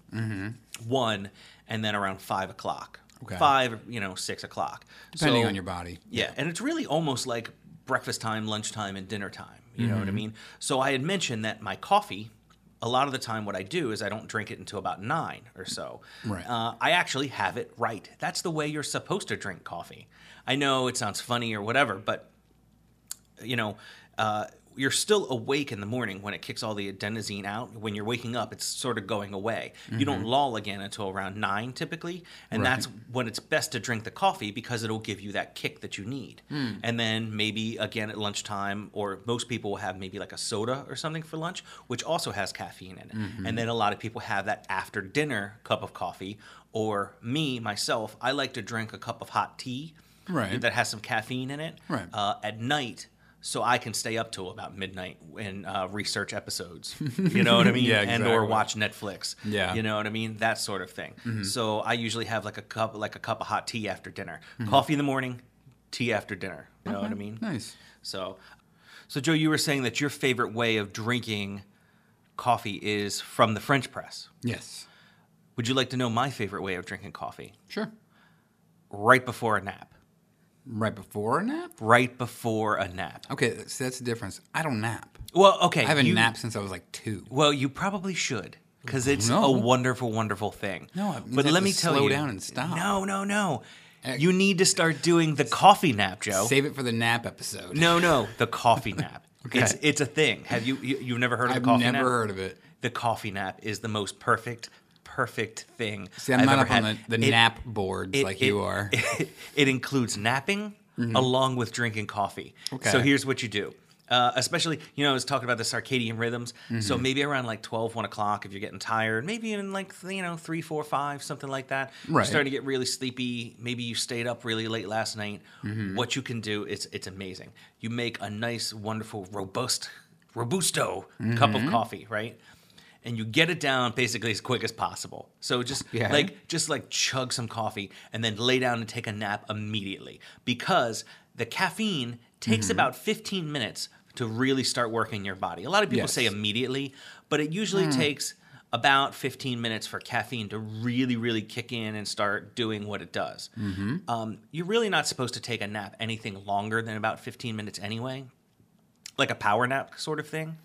S3: one, and then around five o'clock,
S2: Mm-hmm. Okay.
S3: five you know six o'clock,
S2: Depending
S3: So-
S2: on your body.
S3: yeah, and it's really almost like breakfast time, lunchtime, and dinner time. You know what I mean? So I had mentioned that my coffee, a lot of the time, what I do is I don't drink it until about nine or so.
S2: Right.
S3: Uh, I actually have it right. That's the way you're supposed to drink coffee. I know it sounds funny or whatever, but you know, uh, you're still awake in the morning when it kicks all the adenosine out. When you're waking up, it's sort of going away. You don't lull again until around nine typically, and that's when it's best to drink the coffee because it'll give you that kick that you need. And then maybe again at lunchtime, or most people will have maybe like a soda or something for lunch, which also has caffeine in it. And then a lot of people have that after dinner cup of coffee. Or me myself, I like to drink a cup of hot tea
S2: Right.
S3: that has some caffeine in it
S2: Right.
S3: uh, at night so I can stay up till about midnight and uh, research episodes. You know what I mean?
S2: Yeah,
S3: And or
S2: exactly.
S3: watch Netflix.
S2: Yeah. Mm-hmm.
S3: You know what I mean? That sort of thing. So I usually have like a cup like a cup of hot tea after dinner.
S2: Mm-hmm.
S3: Coffee in the morning, tea after dinner. You know what I mean?
S2: Nice.
S3: So so Joe, you were saying that your favorite way of drinking coffee is from the French press.
S2: Yes.
S3: Would you like to know my favorite way of drinking coffee?
S2: Sure.
S3: Right before a nap.
S2: Right before a nap?
S3: Right before a nap.
S2: Okay, that's, that's the difference. I don't nap.
S3: Well, okay.
S2: I haven't
S3: you-
S2: napped since I was like two.
S3: Well, you probably should. because it's
S2: No.
S3: a wonderful, wonderful thing.
S2: No, it means
S3: but
S2: I have
S3: let
S2: to
S3: me tell
S2: slow
S3: you,
S2: down and stop.
S3: No, no, no.
S2: Eh.
S3: You need to start doing the coffee nap, Joe.
S2: Save it for the nap episode.
S3: No, no, the coffee nap.
S2: Okay.
S3: It's it's a thing. Have you, you you've never heard of
S2: I've
S3: the coffee
S2: never
S3: nap?
S2: heard of it.
S3: The coffee nap is the most perfect, perfect thing.
S2: See, I'm
S3: I've
S2: not
S3: ever
S2: up on
S3: had.
S2: the, the
S3: It-
S2: nap boards
S3: it-
S2: like
S3: it-
S2: you are. Mm-hmm.
S3: It, includes napping along with drinking coffee. So
S2: Okay.
S3: here's what you do. Uh, especially, you know, I was talking about the circadian rhythms. So
S2: Mm-hmm.
S3: maybe around like 12, 1 o'clock, if you're getting tired, maybe in like, th- you know, 3, 4, 5, something like that. You're
S2: Right.
S3: starting to get really sleepy. Maybe you stayed up really late last night.
S2: Mm-hmm.
S3: What you can do, it's, it's amazing. You make a nice, wonderful, robust, robusto cup
S2: Mm-hmm.
S3: of coffee, right? And you get it down basically as quick as possible. So just
S2: Yeah.
S3: like just like chug some coffee and then lay down and take a nap immediately because the caffeine takes about 15 minutes to really start working your body. A lot of people
S2: Yes.
S3: say immediately, but it usually takes about 15 minutes for caffeine to really, really kick in and start doing what it does. Um, you're really not supposed to take a nap anything longer than about 15 minutes anyway, like a power nap sort of thing.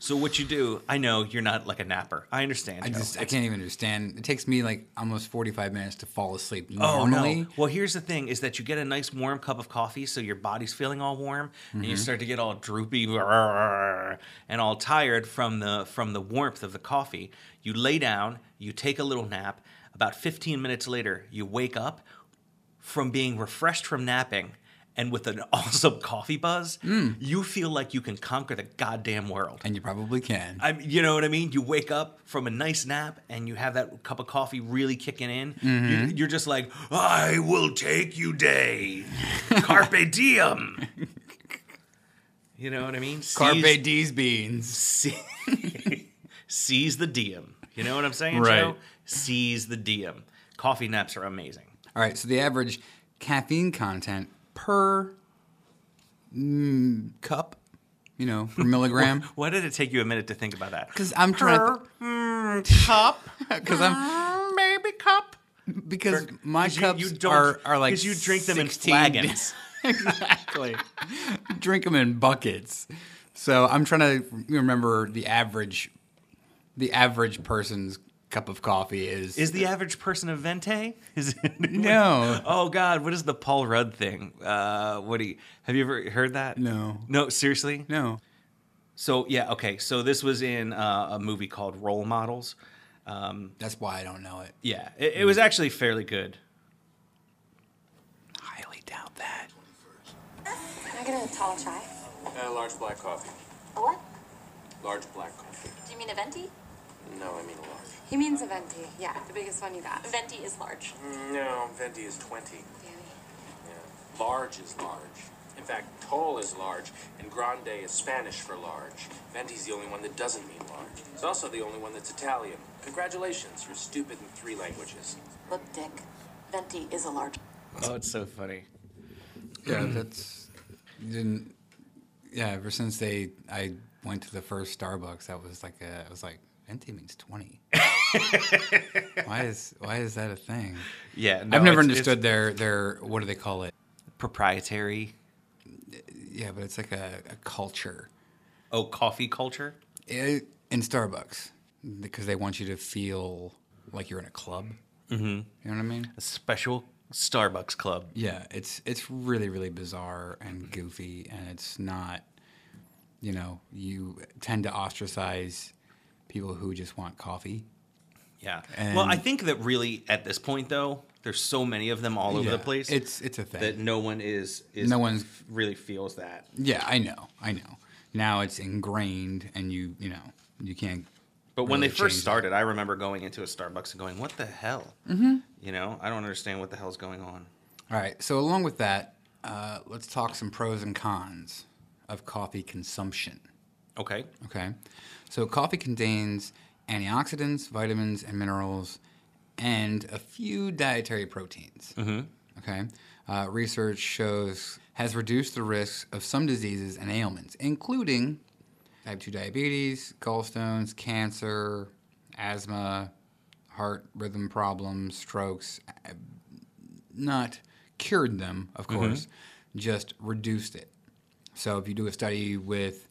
S3: So what you do, I know you're not like a napper. I understand.
S2: I
S3: Joe.
S2: just I can't even understand. It takes me like almost 45 minutes to fall asleep
S3: Oh
S2: normally.
S3: no! Well, here's the thing: is that you get a nice warm cup of coffee, so your body's feeling all warm, and
S2: Mm-hmm.
S3: you start to get all droopy and all tired from the from the warmth of the coffee. You lay down, you take a little nap. About 15 minutes later, you wake up from being refreshed from napping and with an awesome coffee buzz.
S2: Mm.
S3: You feel like you can conquer the goddamn world.
S2: And you probably can.
S3: I mean, you know what I mean? You wake up from a nice nap and you have that cup of coffee really kicking in. You,
S2: Mm-hmm.
S3: you're just like, I will take you day. Carpe diem. you know what I mean? Seize-
S2: Carpe D's beans.
S3: se- seize the diem. You know what I'm saying,
S2: Right.
S3: Joe? Seize the diem. Coffee naps are amazing.
S2: All right, so the average caffeine content per mm, cup, you know, per milligram.
S3: Why did it take you a minute to think about that?
S2: Because I'm trying
S3: cup,
S2: because I'm
S3: baby cup.
S2: because my
S3: 'Cause you-
S2: cups
S3: you don't-
S2: are are like
S3: 'cause you drink them in
S2: 16
S3: flagons.
S2: exactly, drink them in buckets. So I'm trying to remember the average, the average person's cup of coffee is.
S3: Is the average person a vente? Is it,
S2: No.
S3: Oh God, what is the Paul Rudd thing? Uh, what do you have you ever heard that?
S2: No.
S3: No, seriously.
S2: no,
S3: So yeah, okay. So this was in uh, a movie called Role Models. Um,
S2: that's why I don't know it.
S3: yeah, it,
S2: Hmm.
S3: it was actually fairly good.
S2: Highly doubt that.
S4: Can I get a tall chai?
S5: Uh, large black coffee.
S4: A what?
S5: Large black coffee.
S4: Do you mean a venti?
S5: No, I mean large.
S4: He means a venti. Yeah, the biggest one you got. Venti is large.
S5: No, venti is 20.
S4: Danny.
S5: Yeah. Large is large. In fact, tall is large, and grande is Spanish for large. Venti's the only one that doesn't mean large. It's also the only one that's Italian. Congratulations, you're stupid in three languages.
S4: Look, Dick. Venti is a large.
S3: Oh, it's so funny. Mm-hmm.
S2: Yeah, that's you didn't. Yeah, ever since they I went to the first Starbucks, that was like a, I was like venti means twenty. why is why is that a thing?
S3: Yeah,
S2: I've never
S3: it's- it's
S2: understood their their what do they call it?
S3: proprietary.
S2: Yeah, but it's like a, a culture
S3: Oh, coffee culture.
S2: It- in Starbucks because they want you to feel like you're in a club. Mm-hmm. You know what I mean?
S3: A special Starbucks club.
S2: Yeah, it's it's really really bizarre
S3: Mm-hmm.
S2: and goofy, and it's not. You know, you tend to ostracize people who just want coffee.
S3: Yeah.
S2: And-
S3: well, I think that really at this point though, there's so many of them all over the
S2: Yeah,
S3: place.
S2: It's it's a thing.
S3: that no one is, is
S2: No one's-
S3: f- really feels that.
S2: yeah, I know, I know. Now it's ingrained, and you you know you can't.
S3: But when
S2: really
S3: they first
S2: change it.
S3: started, I remember going into a Starbucks and going, "What the hell?" You know, I don't understand what the hell's going on.
S2: All right. So along with that, uh, let's talk some pros and cons of coffee consumption.
S3: Okay,
S2: Okay. So coffee contains antioxidants, vitamins, and minerals, and a few dietary proteins. Mm-hmm. Okay. Uh, research shows has reduced the risks of some diseases and ailments, including type 2 diabetes, gallstones, cancer, asthma, heart rhythm problems, strokes. uh, Not cured them, of course, just reduced it. So if you do a study with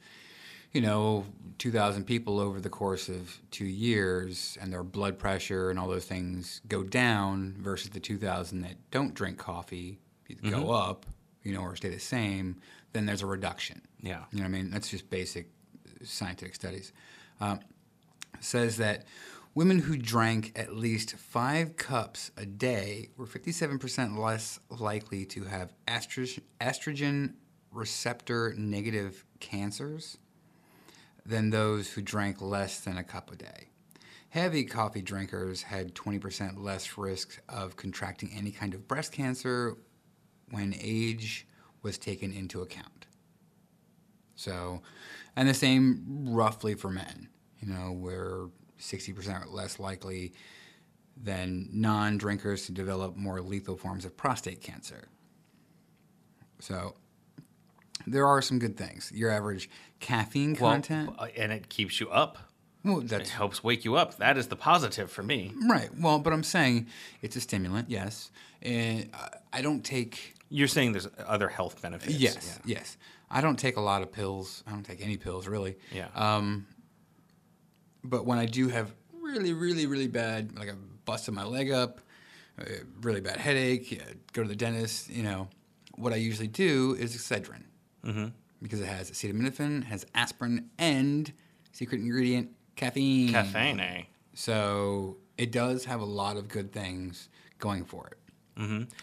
S2: you know, 2,000 people over the course of two years and their blood pressure and all those things go down versus the 2,000 that don't drink coffee go up, you know, or stay the same, then there's a reduction.
S3: Yeah.
S2: You know what I mean? That's just basic uh, scientific studies. Um, says that women who drank at least five cups a day were 57% less likely to have estro- estrogen receptor negative cancers than those who drank less than a cup a day. Heavy coffee drinkers had 20% less risk of contracting any kind of breast cancer when age was taken into account. So, and the same roughly for men. You know, we're 60% less likely than non drinkers to develop more lethal forms of prostate cancer. So, there are some good things. Your average caffeine
S3: Well,
S2: content.
S3: uh, and it keeps you up.
S2: Well,
S3: It
S2: that's
S3: helps wake you up. That is the positive for me.
S2: right. Well, but I'm saying it's a stimulant, yes. And I- I don't take
S3: You're saying there's other health benefits.
S2: yes, yes. I don't take a lot of pills. I don't take any pills really.
S3: Yeah. Um,
S2: But when I do have really, really, really bad, like I busted my leg up, uh, really bad headache, yeah, go to the dentist, you know, what I usually do is Excedrin mm-hmm. because it has acetaminophen, has aspirin, and secret ingredient caffeine.
S3: Caffeine, eh?
S2: So it does have a lot of good things going for it.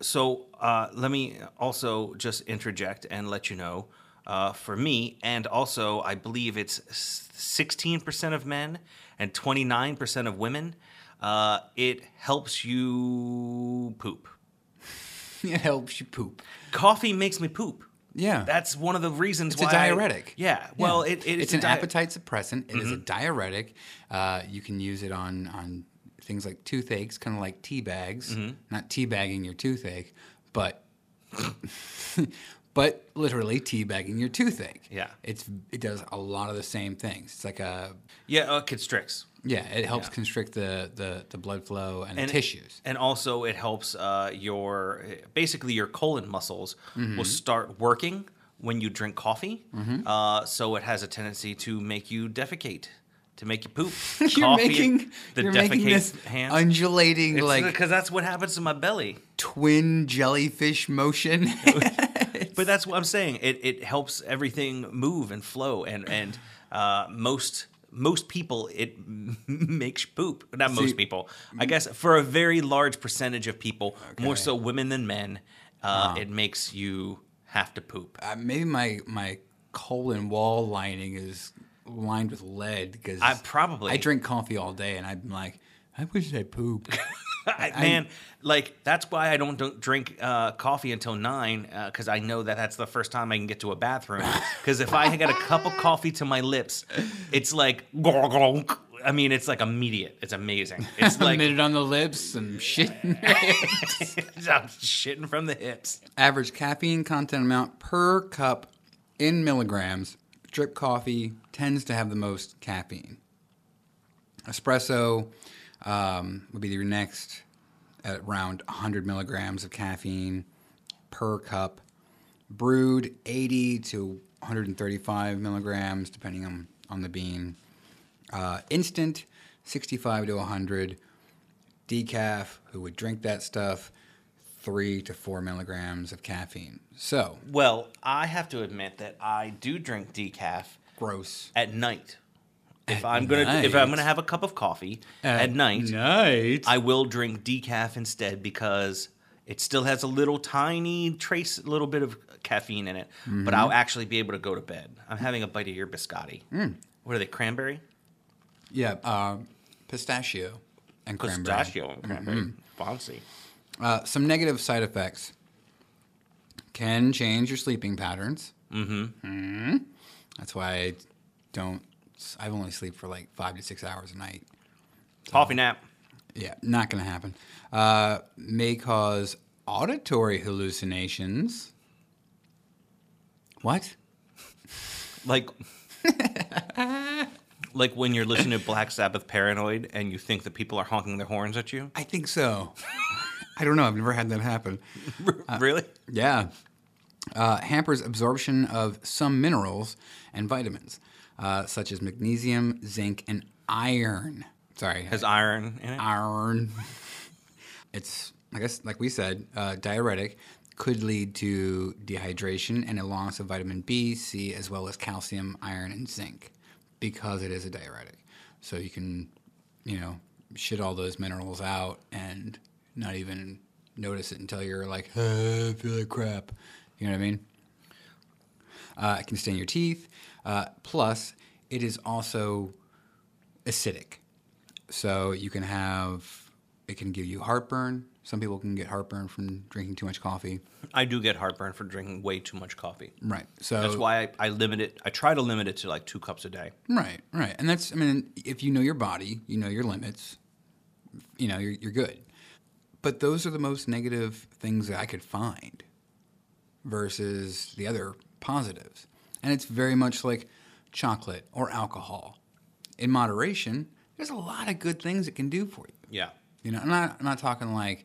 S3: So uh, let me also just interject and let you know uh, for me, and also I believe it's s- 16% of men and 29% of women, uh, it helps you poop.
S2: It helps you poop.
S3: Coffee makes me poop.
S2: Yeah.
S3: That's one of the reasons
S2: it's
S3: why.
S2: a
S3: I-
S2: diuretic.
S3: yeah. Well, It, it-
S2: it's
S3: a Mm-hmm.
S2: an
S3: di-
S2: appetite suppressant. It is a diuretic. Uh, you can use it on on things like toothaches, kind of like tea bags.
S3: Mm-hmm.
S2: Not tea bagging your toothache, but but literally tea bagging your toothache.
S3: Yeah.
S2: it's it does a lot of the same things. It's like a
S3: Yeah, uh, constricts.
S2: yeah, it helps
S3: Yeah.
S2: constrict the, the the blood flow and,
S3: and
S2: the tissues.
S3: and also it helps uh, your basically your colon muscles
S2: Mm-hmm.
S3: will start working when you drink coffee uh, so it has a tendency to make you defecate to make you poop
S2: you're making
S3: the
S2: you're
S3: defecate
S2: making this
S3: hands
S2: undulating like
S3: because that's what happens to my belly
S2: twin jellyfish motion.
S3: but that's what i'm saying it, it helps everything move and flow and and uh, most most people it makes you poop not
S2: See-
S3: most people i guess for a very large percentage of people more so women than men uh, it makes you have to poop
S2: uh, maybe my my colon wall lining is lined with lead because
S3: I probably-
S2: I drink coffee all day and I'm like I wish I pooped.
S3: I, man like that's why i don't don't drink uh, coffee until nine because i know that that's the first time i can get to a bathroom because if i get a cup of coffee to my lips it's like i mean it's like immediate it's amazing it's
S2: like,
S3: like
S2: Minute on the lips, some shit.
S3: I'm shitting from the hips.
S2: Average caffeine content amount per cup in milligrams. Drip coffee tends to have the most caffeine. Espresso um, would be your next at around 100 milligrams of caffeine per cup. Brewed 80 to 135 milligrams, depending on, on the bean. Uh, instant, 65 to 100. Decaf, who would drink that stuff, three to four milligrams of caffeine. So
S3: Well, I have to admit that I do drink decaf
S2: gross.
S3: at night. If I'm gonna if I'm gonna have a cup of coffee at, night,
S2: Night.
S3: I will drink decaf instead because it still has a little tiny trace little bit of caffeine in it. But I'll actually be able to go to bed. I'm having a bite of your biscotti. What are they? Cranberry,
S2: yeah, uh, pistachio and cranberry.
S3: pistachio, and cranberry. Mm-hmm. Fancy.
S2: Uh, some negative side effects can change your sleeping patterns. Mm-hmm. That's why I don't. I only sleep for like five to six hours a night.
S3: Coffee nap.
S2: Yeah, not going to happen. Uh, may cause auditory hallucinations. What?
S3: like like when you're listening to Black Sabbath Paranoid and you think that people are honking their horns at you.
S2: I think so. I don't know. I've never had that happen.
S3: really?
S2: Yeah. uh, hampers absorption of some minerals and vitamins, uh, such as magnesium, zinc, and iron. Sorry,
S3: Has iron in it.
S2: Uh, iron. it's I guess like we said, uh, diuretic could lead to dehydration and a loss of vitamin B, C, as well as calcium, iron, and zinc because it is a diuretic. So you can, you know, shit all those minerals out and not even notice it until you're like, "Ah, I feel like crap. You know what I mean? Uh, it can stain your teeth. Uh, plus, it is also acidic. So you can have it can give you heartburn. Some people can get heartburn from drinking too much coffee.
S3: I do get heartburn for drinking way too much coffee.
S2: Right. So
S3: That's why I, I limit it. I try to limit it to like two cups a day.
S2: Right. Right. And that's I mean, if you know your body, you know your limits. You know you're you're good. But those are the most negative things that I could find versus the other positives. And it's very much like chocolate or alcohol. In moderation, there's a lot of good things it can do for you.
S3: Yeah.
S2: You know, I'm not, I'm not talking like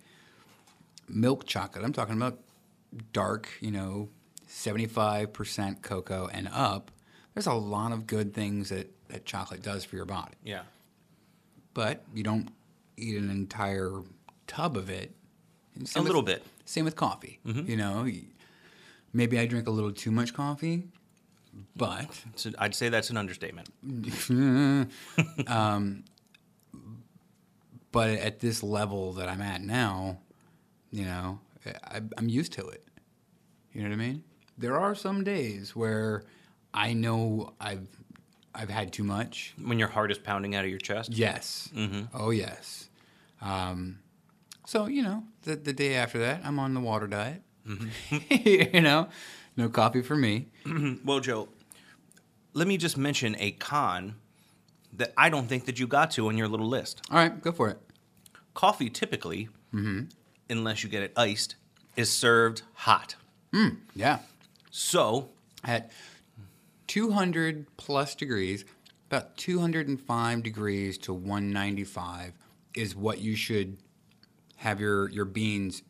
S2: milk chocolate. I'm talking about dark, you know, 75% cocoa and up. There's a lot of good things that, that chocolate does for your body.
S3: Yeah.
S2: But you don't eat an entire tub of it. And
S3: A
S2: same with-
S3: little bit. Mm-hmm.
S2: Same with coffee. You know, y- maybe I drink a little too much coffee, but
S3: So I'd say that's an understatement.
S2: but at this level that I'm at now, you know, I, I'm used to it. You know what I mean? There are some days where I know I've I've had too much.
S3: When your heart is pounding out of your chest.
S2: Yes. Oh yes. Um, so you know, the the day after that, I'm on the water diet. you know, no coffee for me.
S3: Well, Joe, let me just mention a con that I don't think that you got to on your little list.
S2: All right, go for it.
S3: Coffee typically, unless you get it iced, is served hot.
S2: Yeah.
S3: So
S2: at 200 plus degrees, about 205 degrees to 195 is what you should have your, your beans.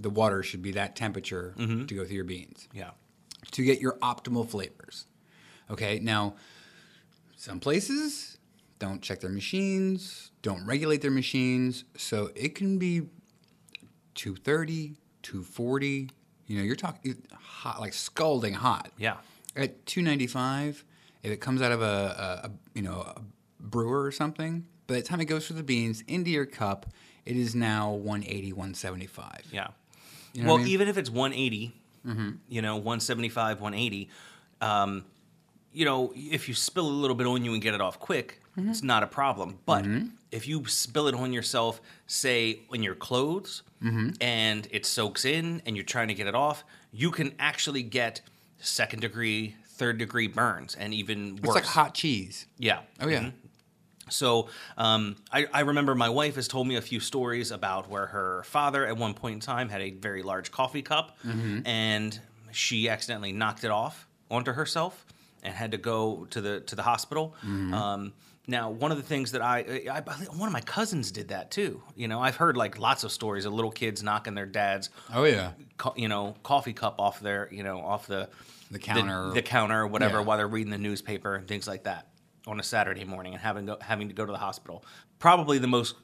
S2: The water should be that temperature to go through your beans
S3: yeah,
S2: to get your optimal flavors. Okay, now some places don't check their machines, don't regulate their machines, so it can be 230, 240. You know, you're talking hot, like scalding hot.
S3: Yeah.
S2: At 295, if it comes out of a, a, a you know a brewer or something, by the time it goes through the beans into your cup, it is now 180, 175. know
S3: yeah.
S2: what
S3: well,
S2: I mean? Mm-hmm.
S3: even if it's 180, you know, 175, 180, um, you know, if you spill a little bit on you and get it off quick,
S2: Mm-hmm.
S3: it's not a problem. But if you spill it on yourself, say in your clothes,
S2: Mm-hmm.
S3: and it soaks in and you're trying to get it off, you can actually get second degree, third degree burns and even worse.
S2: It's like hot cheese.
S3: Yeah.
S2: Oh yeah.
S3: Mhm. So um, I, I remember my wife has told me a few stories about where her father at one point in time had a very large coffee cup and she accidentally knocked it off onto herself and had to go to the to the hospital. Um, now, one of the things that I, I, I think one of my cousins did that too. You know, I've heard like lots of stories of little kids knocking their dad's
S2: Oh yeah.
S3: co- you know coffee cup off their you know off the
S2: The counter.
S3: the, counter or whatever
S2: Yeah.
S3: while they're reading the newspaper and things like that on a Saturday morning and having go, having to go to the hospital. Probably the most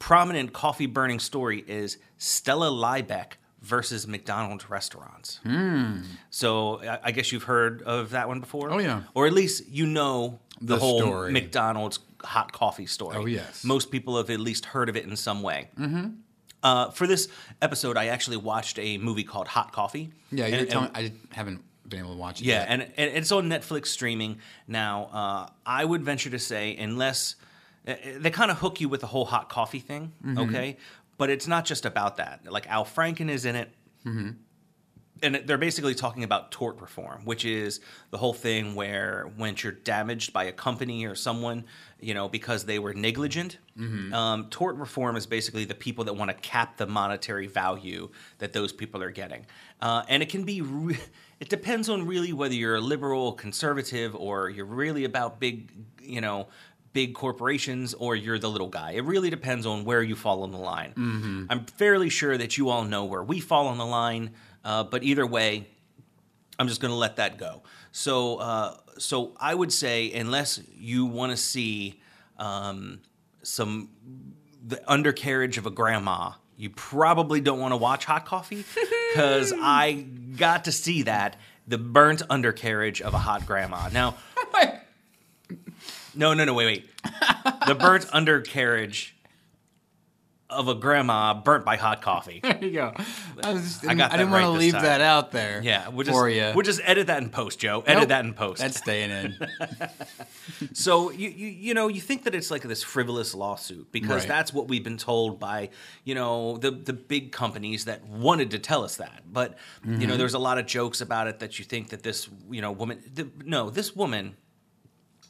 S3: prominent coffee burning story is Stella Liebeck versus McDonald's restaurants. So I, I guess you've heard of that one before.
S2: Hmm. Oh, yeah.
S3: or at least you know the,
S2: The
S3: whole
S2: story.
S3: McDonald's hot coffee story.
S2: Oh, yes. Mm-hmm.
S3: most people have at least heard of it in some way. Uh, for this episode, I actually watched a movie called Hot Coffee.
S2: Yeah,
S3: And-
S2: you're
S3: and-
S2: telling. I haven't been able to watch it.
S3: yeah,
S2: yet.
S3: and, and it's on Netflix streaming now. Uh, I would venture to say, unless eh, eh, they kind of hook you with the whole hot coffee thing, okay? But it's not just about that. Like Al Franken is in it, and they're basically talking about tort reform, which is the whole thing where when you're damaged by a company or someone, you know, because they were negligent, um, tort reform is basically the people that want to cap the monetary value that those people are getting, uh, and it can be. Re- it depends on really whether you're a liberal, conservative, or you're really about big, you know, big corporations or you're the little guy. It really depends on where you fall on the line. I'm fairly sure that you all know where we fall on the line, uh, but either way, I'm just going to let that go. So, uh, so I would say unless you want to see um, some the undercarriage of a grandma, you probably don't want to watch Hot Coffee because I got to see that the burnt undercarriage of a hot grandma. Now, no, no, no, wait, wait, the burnt undercarriage of a grandma burnt by hot coffee.
S2: There you go. I, was just,
S3: I got
S2: didn't
S3: that
S2: want
S3: right
S2: to
S3: this
S2: leave
S3: time.
S2: that out there.
S3: Yeah, we'll just
S2: for you.
S3: we'll just edit that in post, Joe. Edit
S2: Nope.
S3: that in post.
S2: That's staying in.
S3: so you, you you know you think that it's like this frivolous lawsuit because
S2: Right.
S3: that's what we've been told by you know the the big companies that wanted to tell us that. But you
S2: Mm-hmm.
S3: know there's a lot of jokes about it that you think that this you know woman the, no this woman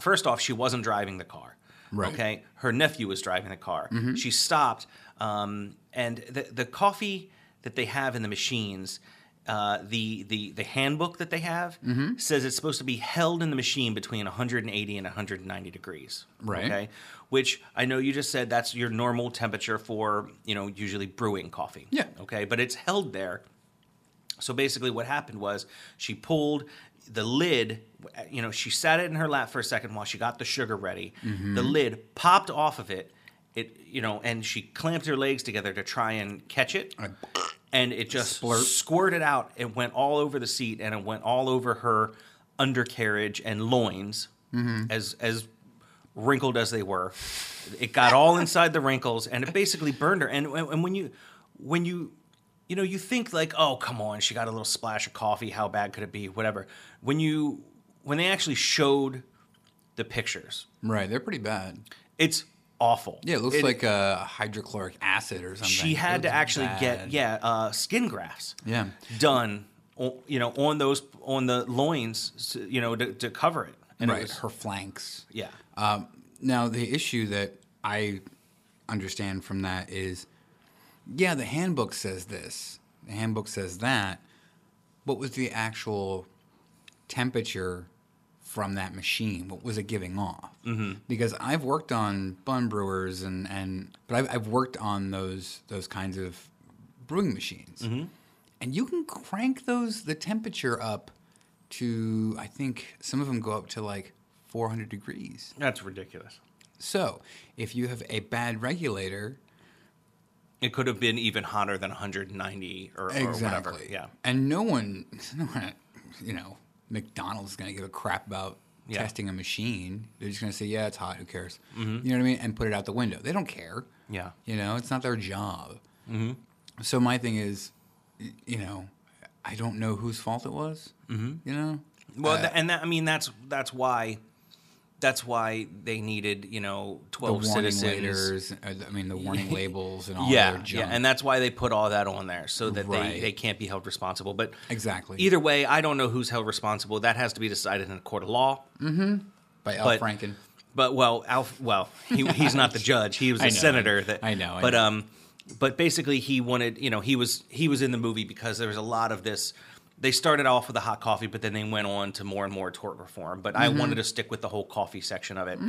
S3: first off, she wasn't driving the car.
S2: Right. Mm-hmm.
S3: Okay. Her nephew was driving the car. She stopped, um, and the the coffee that they have in the machines. Uh, the, the the handbook that they have
S2: Mm-hmm.
S3: says it's supposed to be held in the machine between 180 and 190 degrees.
S2: Right.
S3: Okay. Which I know you just said that's your normal temperature for you know usually brewing coffee.
S2: Yeah.
S3: Okay. But it's held there so basically, what happened was she pulled the lid. You know, she sat it in her lap for a second while she got the sugar ready. The lid popped off of it. It, you know, and she clamped her legs together to try and catch it, and it just
S2: Splurt.
S3: squirted out. It went all over the seat, and it went all over her undercarriage and loins, as as wrinkled as they were. It got all inside the wrinkles, and it basically burned her. And and when you when you you know you think like, oh come on, she got a little splash of coffee. How bad could it be? Whatever. When you when they actually showed the pictures,
S2: right, they're pretty bad.
S3: it's awful.
S2: Yeah, it looks
S3: It-
S2: like uh, hydrochloric acid or something.
S3: she
S2: It
S3: had to
S2: was
S3: actually
S2: bad.
S3: get yeah uh, skin grafts.
S2: Yeah.
S3: done. o- You know, on those on the loins, s- you know, to, to cover it. And
S2: right,
S3: It was,
S2: her flanks.
S3: yeah.
S2: Now the issue that I understand from that is, yeah, the handbook says this, the handbook says that. What was the actual temperature from that machine? What was it giving off? Mm-hmm. Because I've worked on bun brewers and and but I've, I've worked on those those kinds of brewing machines, and you can crank those the temperature up to I think some of them go up to like 400 degrees.
S3: That's ridiculous.
S2: So, if you have a bad regulator,
S3: It could have been even hotter than 190 or, or whatever. Yeah.
S2: and no one, no one, you know, McDonald's is going to give a crap about
S3: Yeah.
S2: testing a machine. They're just going to say, "Yeah, it's hot. Who cares?" You know what I mean? And put it out the window. They don't care.
S3: Mm-hmm. Yeah.
S2: You know, it's not their job. Mm-hmm. So my thing is, y- you know, I don't know whose fault it was. Mm-hmm. You know,
S3: Well, tha- and that, I mean that's that's why that's why they needed, you know,
S2: the
S3: 12
S2: warning
S3: citizens.
S2: letters. uh, I mean, the warning labels and all
S3: yeah,
S2: their junk.
S3: yeah, and that's why they put all that on there so that they,
S2: Right.
S3: they can't be held responsible. But
S2: Exactly.
S3: either way, I don't know who's held responsible. That has to be decided in a court of law.
S2: by Al
S3: but-
S2: Franken.
S3: But well, Alf, well, he, he's not the judge. He was a
S2: I know,
S3: senator.
S2: I-
S3: That
S2: I know, I
S3: but
S2: know.
S3: um, but basically, he wanted. You know, he was he was in the movie because there was a lot of this. They started off with the hot coffee, but then they went on to more and more tort reform. But
S2: Mm-hmm.
S3: I wanted to stick with the whole coffee section of it.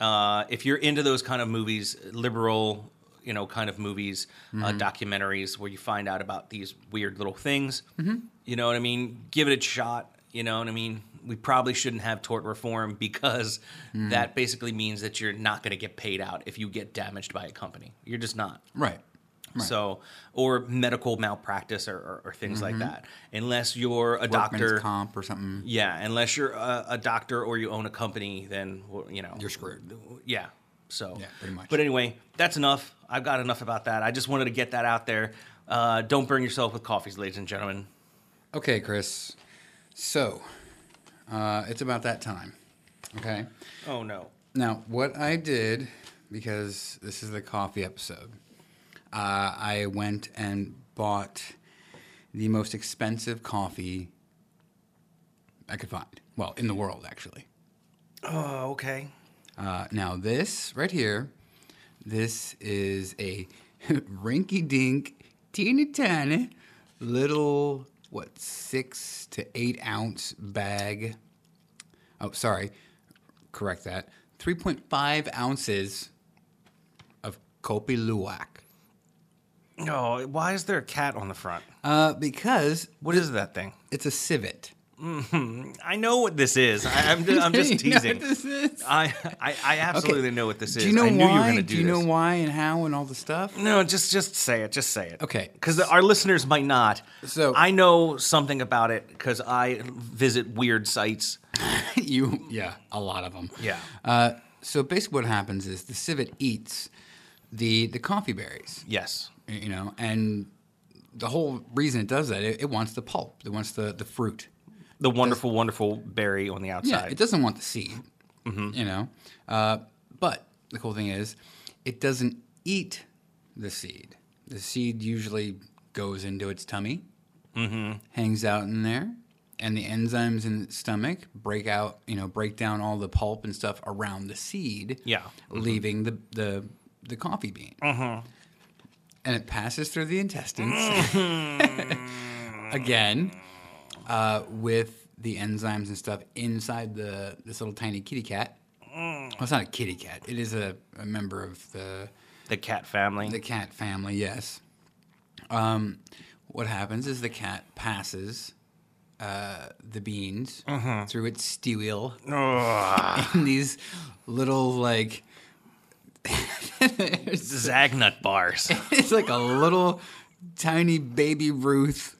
S3: Uh, if you're into those kind of movies, liberal, you know, kind of movies, uh,
S2: Mm-hmm.
S3: documentaries where you find out about these weird little things,
S2: Mm-hmm.
S3: you know what I mean? Give it a shot. You know what I mean? We probably shouldn't have tort reform because
S2: Hmm.
S3: that basically means that you're not going to get paid out if you get damaged by a company. You're just not.
S2: Right. Right.
S3: So, or medical malpractice or, or, or things like that. Unless you're a
S2: Mm-hmm. Workman's
S3: doctor.
S2: comp or something.
S3: Yeah, unless you're a, a doctor or you own a company, then, well, you know.
S2: You're screwed.
S3: Yeah. So,
S2: Yeah, pretty much.
S3: But anyway, that's enough. I've got enough about that. I just wanted to get that out there. Uh, don't burn yourself with coffees, ladies and gentlemen.
S2: Okay, Chris. So, uh, it's about that time. Okay.
S3: Oh, no.
S2: Now, what I did, because this is the coffee episode, uh, I went and bought the most expensive coffee I could find. Well, in the world, actually.
S3: Oh, okay.
S2: Uh, now, this right here, this is a rinky dink, teeny tiny little, what, six to eight ounce bag. Oh, sorry, correct that. 3.5 ounces of Kopi Luwak.
S3: Oh, why is there a cat on the front?
S2: Uh, because
S3: What is that thing?
S2: it's a civet.
S3: I know what this is. I, I'm, just, I'm
S2: You
S3: just
S2: know what
S3: teasing.
S2: this is?
S3: I, I, I absolutely know what this is.
S2: Do you know
S3: I knew
S2: why?
S3: you were going to do,
S2: do you
S3: this.
S2: know why and how and all the stuff?
S3: No, just just say it. Just say it.
S2: Okay.
S3: Because our listeners might not.
S2: So-
S3: I know something about it because I visit weird sites.
S2: you yeah, a lot of them.
S3: Yeah.
S2: Uh, so basically, what happens is the civet eats the the coffee berries,
S3: Yes.
S2: y- you know, and the whole reason it does that, it, it wants the pulp, it wants the the fruit.
S3: The wonderful, wonderful berry on the
S2: Yeah,
S3: outside.
S2: it doesn't want the seed, you know. Uh, but the cool thing is, it doesn't eat the seed. The seed usually goes into its tummy, hangs out in there, and the enzymes in its stomach break out, you know, break down all the pulp and stuff around the seed,
S3: Yeah.
S2: leaving the the the coffee bean, and it passes through the intestines again uh, with the enzymes and stuff inside the this little tiny kitty cat. Well, it's not a kitty cat. It is a, a member of the
S3: the cat family.
S2: the cat family. Yes. Um, what happens is the cat passes uh, the beans through its steel in these little like
S3: Zagnut bars.
S2: it's like a little tiny baby Ruth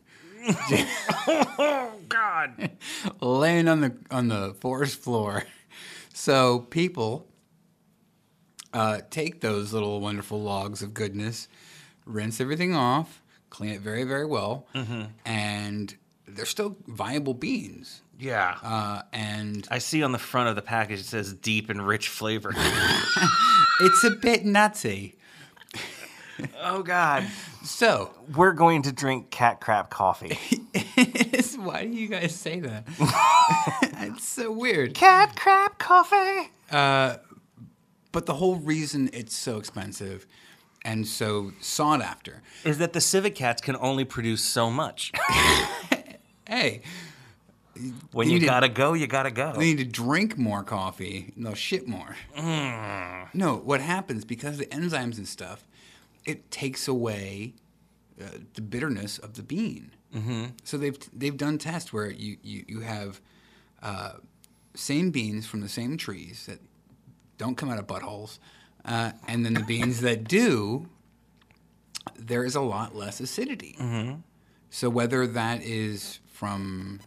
S3: God.
S2: laying on the on the forest floor. So people uh, take those little wonderful logs of goodness, rinse everything off, clean it very very well, and they're still viable beans.
S3: Yeah.
S2: Uh, and
S3: I see on the front of the package it says deep and rich flavor.
S2: it's a bit nutty.
S3: oh God.
S2: So
S3: We're going to drink cat crap coffee.
S2: why do you guys say that? it's so weird.
S3: cat crap coffee.
S2: But the whole reason it's so expensive and so sought after
S3: Is that the civet cats can only produce so much.
S2: hey,
S3: When
S2: You
S3: you
S2: didn't-
S3: gotta go, you gotta go.
S2: they need to drink more coffee and they'll shit more. No, what happens because the enzymes and stuff, it takes away uh, the bitterness of the bean. Mm-hmm. So they've they've done tests where you you you have uh, same beans from the same trees that don't come out of buttholes, uh, and then the beans that do, there is a lot less acidity. So whether that is from,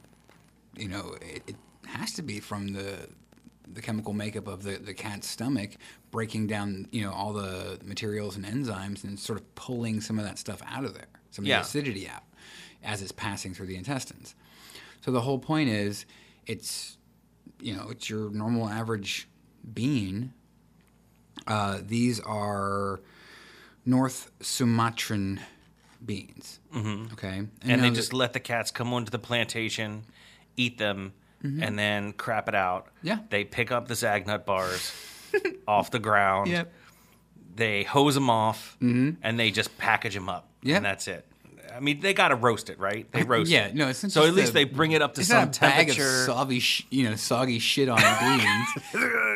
S2: you know, it, it has to be from the the chemical makeup of the, the cat's stomach breaking down, you know, all the materials and enzymes and sort of pulling some of that stuff out of there, some of
S3: Yeah.
S2: the acidity out as it's passing through the intestines. So the whole point is, it's you know, it's your normal average bean. Uh, these are North Sumatran beans. Mm-hmm. Okay, and, now
S3: and they
S2: the-
S3: just let the cats come onto the plantation, eat them, and then crap it out.
S2: Mm-hmm. Yeah.
S3: They pick up the Zagnut bars off the ground.
S2: Yep. Mm-hmm.
S3: They hose them off, and they just package them up.
S2: Yep.
S3: And that's it. I mean, they gotta roast it, right? They roast.
S2: Yeah,
S3: it.
S2: no, it's not
S3: so
S2: just
S3: at least
S2: a-
S3: they bring it up to
S2: It's
S3: some
S2: not a bag of
S3: temperature
S2: soggy, sh- you know, soggy shit on beans.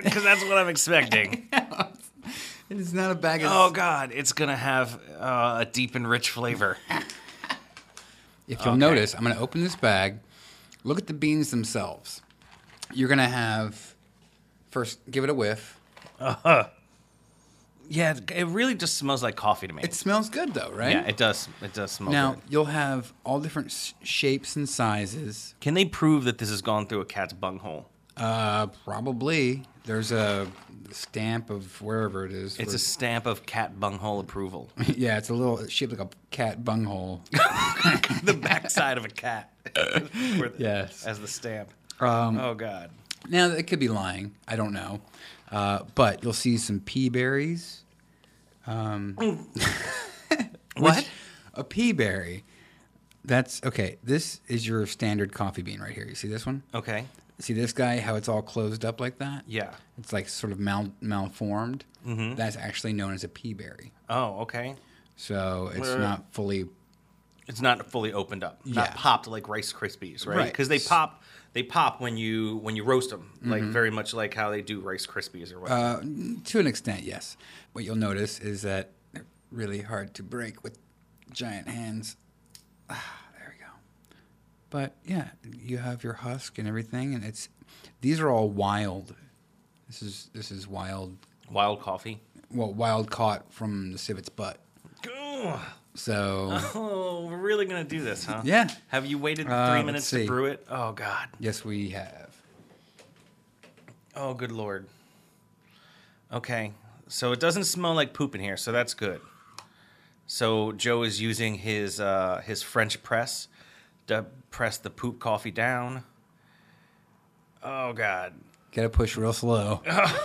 S3: because that's what I'm expecting.
S2: It's not a bag of.
S3: oh God, it's gonna have uh, a deep and rich flavor.
S2: If you'll notice, I'm going to open this bag. Look at the beans themselves. You're going to have first give it a whiff.
S3: Yeah, it really just smells like coffee to me.
S2: It smells good though, right?
S3: yeah, it does. It does smell.
S2: now
S3: good.
S2: you'll have all different s- shapes and sizes.
S3: Can they prove that this has gone through a cat's bunghole?
S2: Uh, probably there's a stamp of wherever it is.
S3: It's a stamp of cat bunghole approval.
S2: a yeah, it's a little it's shaped like a cat bunghole.
S3: the backside of a cat. For the-
S2: Yes.
S3: As the stamp. oh, God.
S2: now it could be lying. I don't know, uh, but you'll see some pea berries. Um, what? A pea berry. That's okay. This is your standard coffee bean right here. You see this one?
S3: Okay.
S2: See this guy? How it's all closed up like that?
S3: Yeah.
S2: It's like sort of mal- malformed. That's actually known as a pea berry.
S3: Oh, okay.
S2: So it's
S3: Where-
S2: not fully
S3: It's not fully opened up. Not
S2: Yeah.
S3: popped like Rice Krispies, right?
S2: Right.
S3: Because they pop. They pop when you when you roast them, like very much like how they do Rice Krispies or whatever.
S2: To an extent, yes. What you'll notice is that they're really hard to break with giant hands. Ah, there we go. But yeah, you have your husk and everything, and it's these are all wild. This is this is wild.
S3: Wild coffee.
S2: Well, wild caught from the civet's butt.
S3: Ugh.
S2: So
S3: Oh, we're really gonna do this, huh?
S2: Yeah.
S3: Have you waited three
S2: Uh, let's
S3: minutes
S2: see.
S3: to brew it? Oh God.
S2: yes, we have.
S3: Oh, good lord. Okay, so it doesn't smell like poop in here, so that's good. So Joe is using his uh, his French press to press the poop coffee down. Oh God.
S2: Got to push real slow.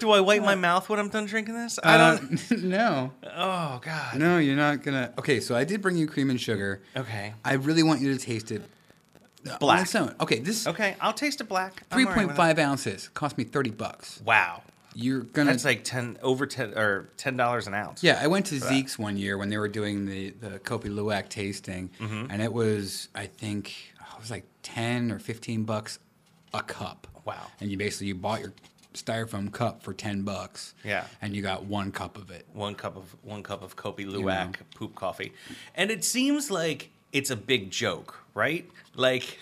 S3: Do I wipe my mouth when I'm done drinking this? I don't.
S2: no, Uh,
S3: oh God.
S2: no, you're not gonna. Okay, so I did bring you cream and sugar.
S3: Okay.
S2: I really want you to taste it. On
S3: Black.
S2: its own. Okay, this
S3: Okay, I'll taste it black. I'm
S2: three
S3: all right
S2: point
S3: with
S2: five ounces cost me thirty bucks.
S3: it. Wow.
S2: You're gonna.
S3: That's like ten over ten or ten dollars an ounce.
S2: Yeah, I went to Zeke's one year when they were doing the the Kopi Luwak tasting,
S3: Mm-hmm.
S2: and it was I think oh, it was like ten or fifteen bucks a cup.
S3: Wow.
S2: And you basically you bought your styrofoam cup for ten bucks.
S3: Yeah.
S2: And you got one cup of it.
S3: one cup of one cup of Kopi Luwak
S2: know.
S3: poop coffee, and it seems like it's a big joke, right? Like,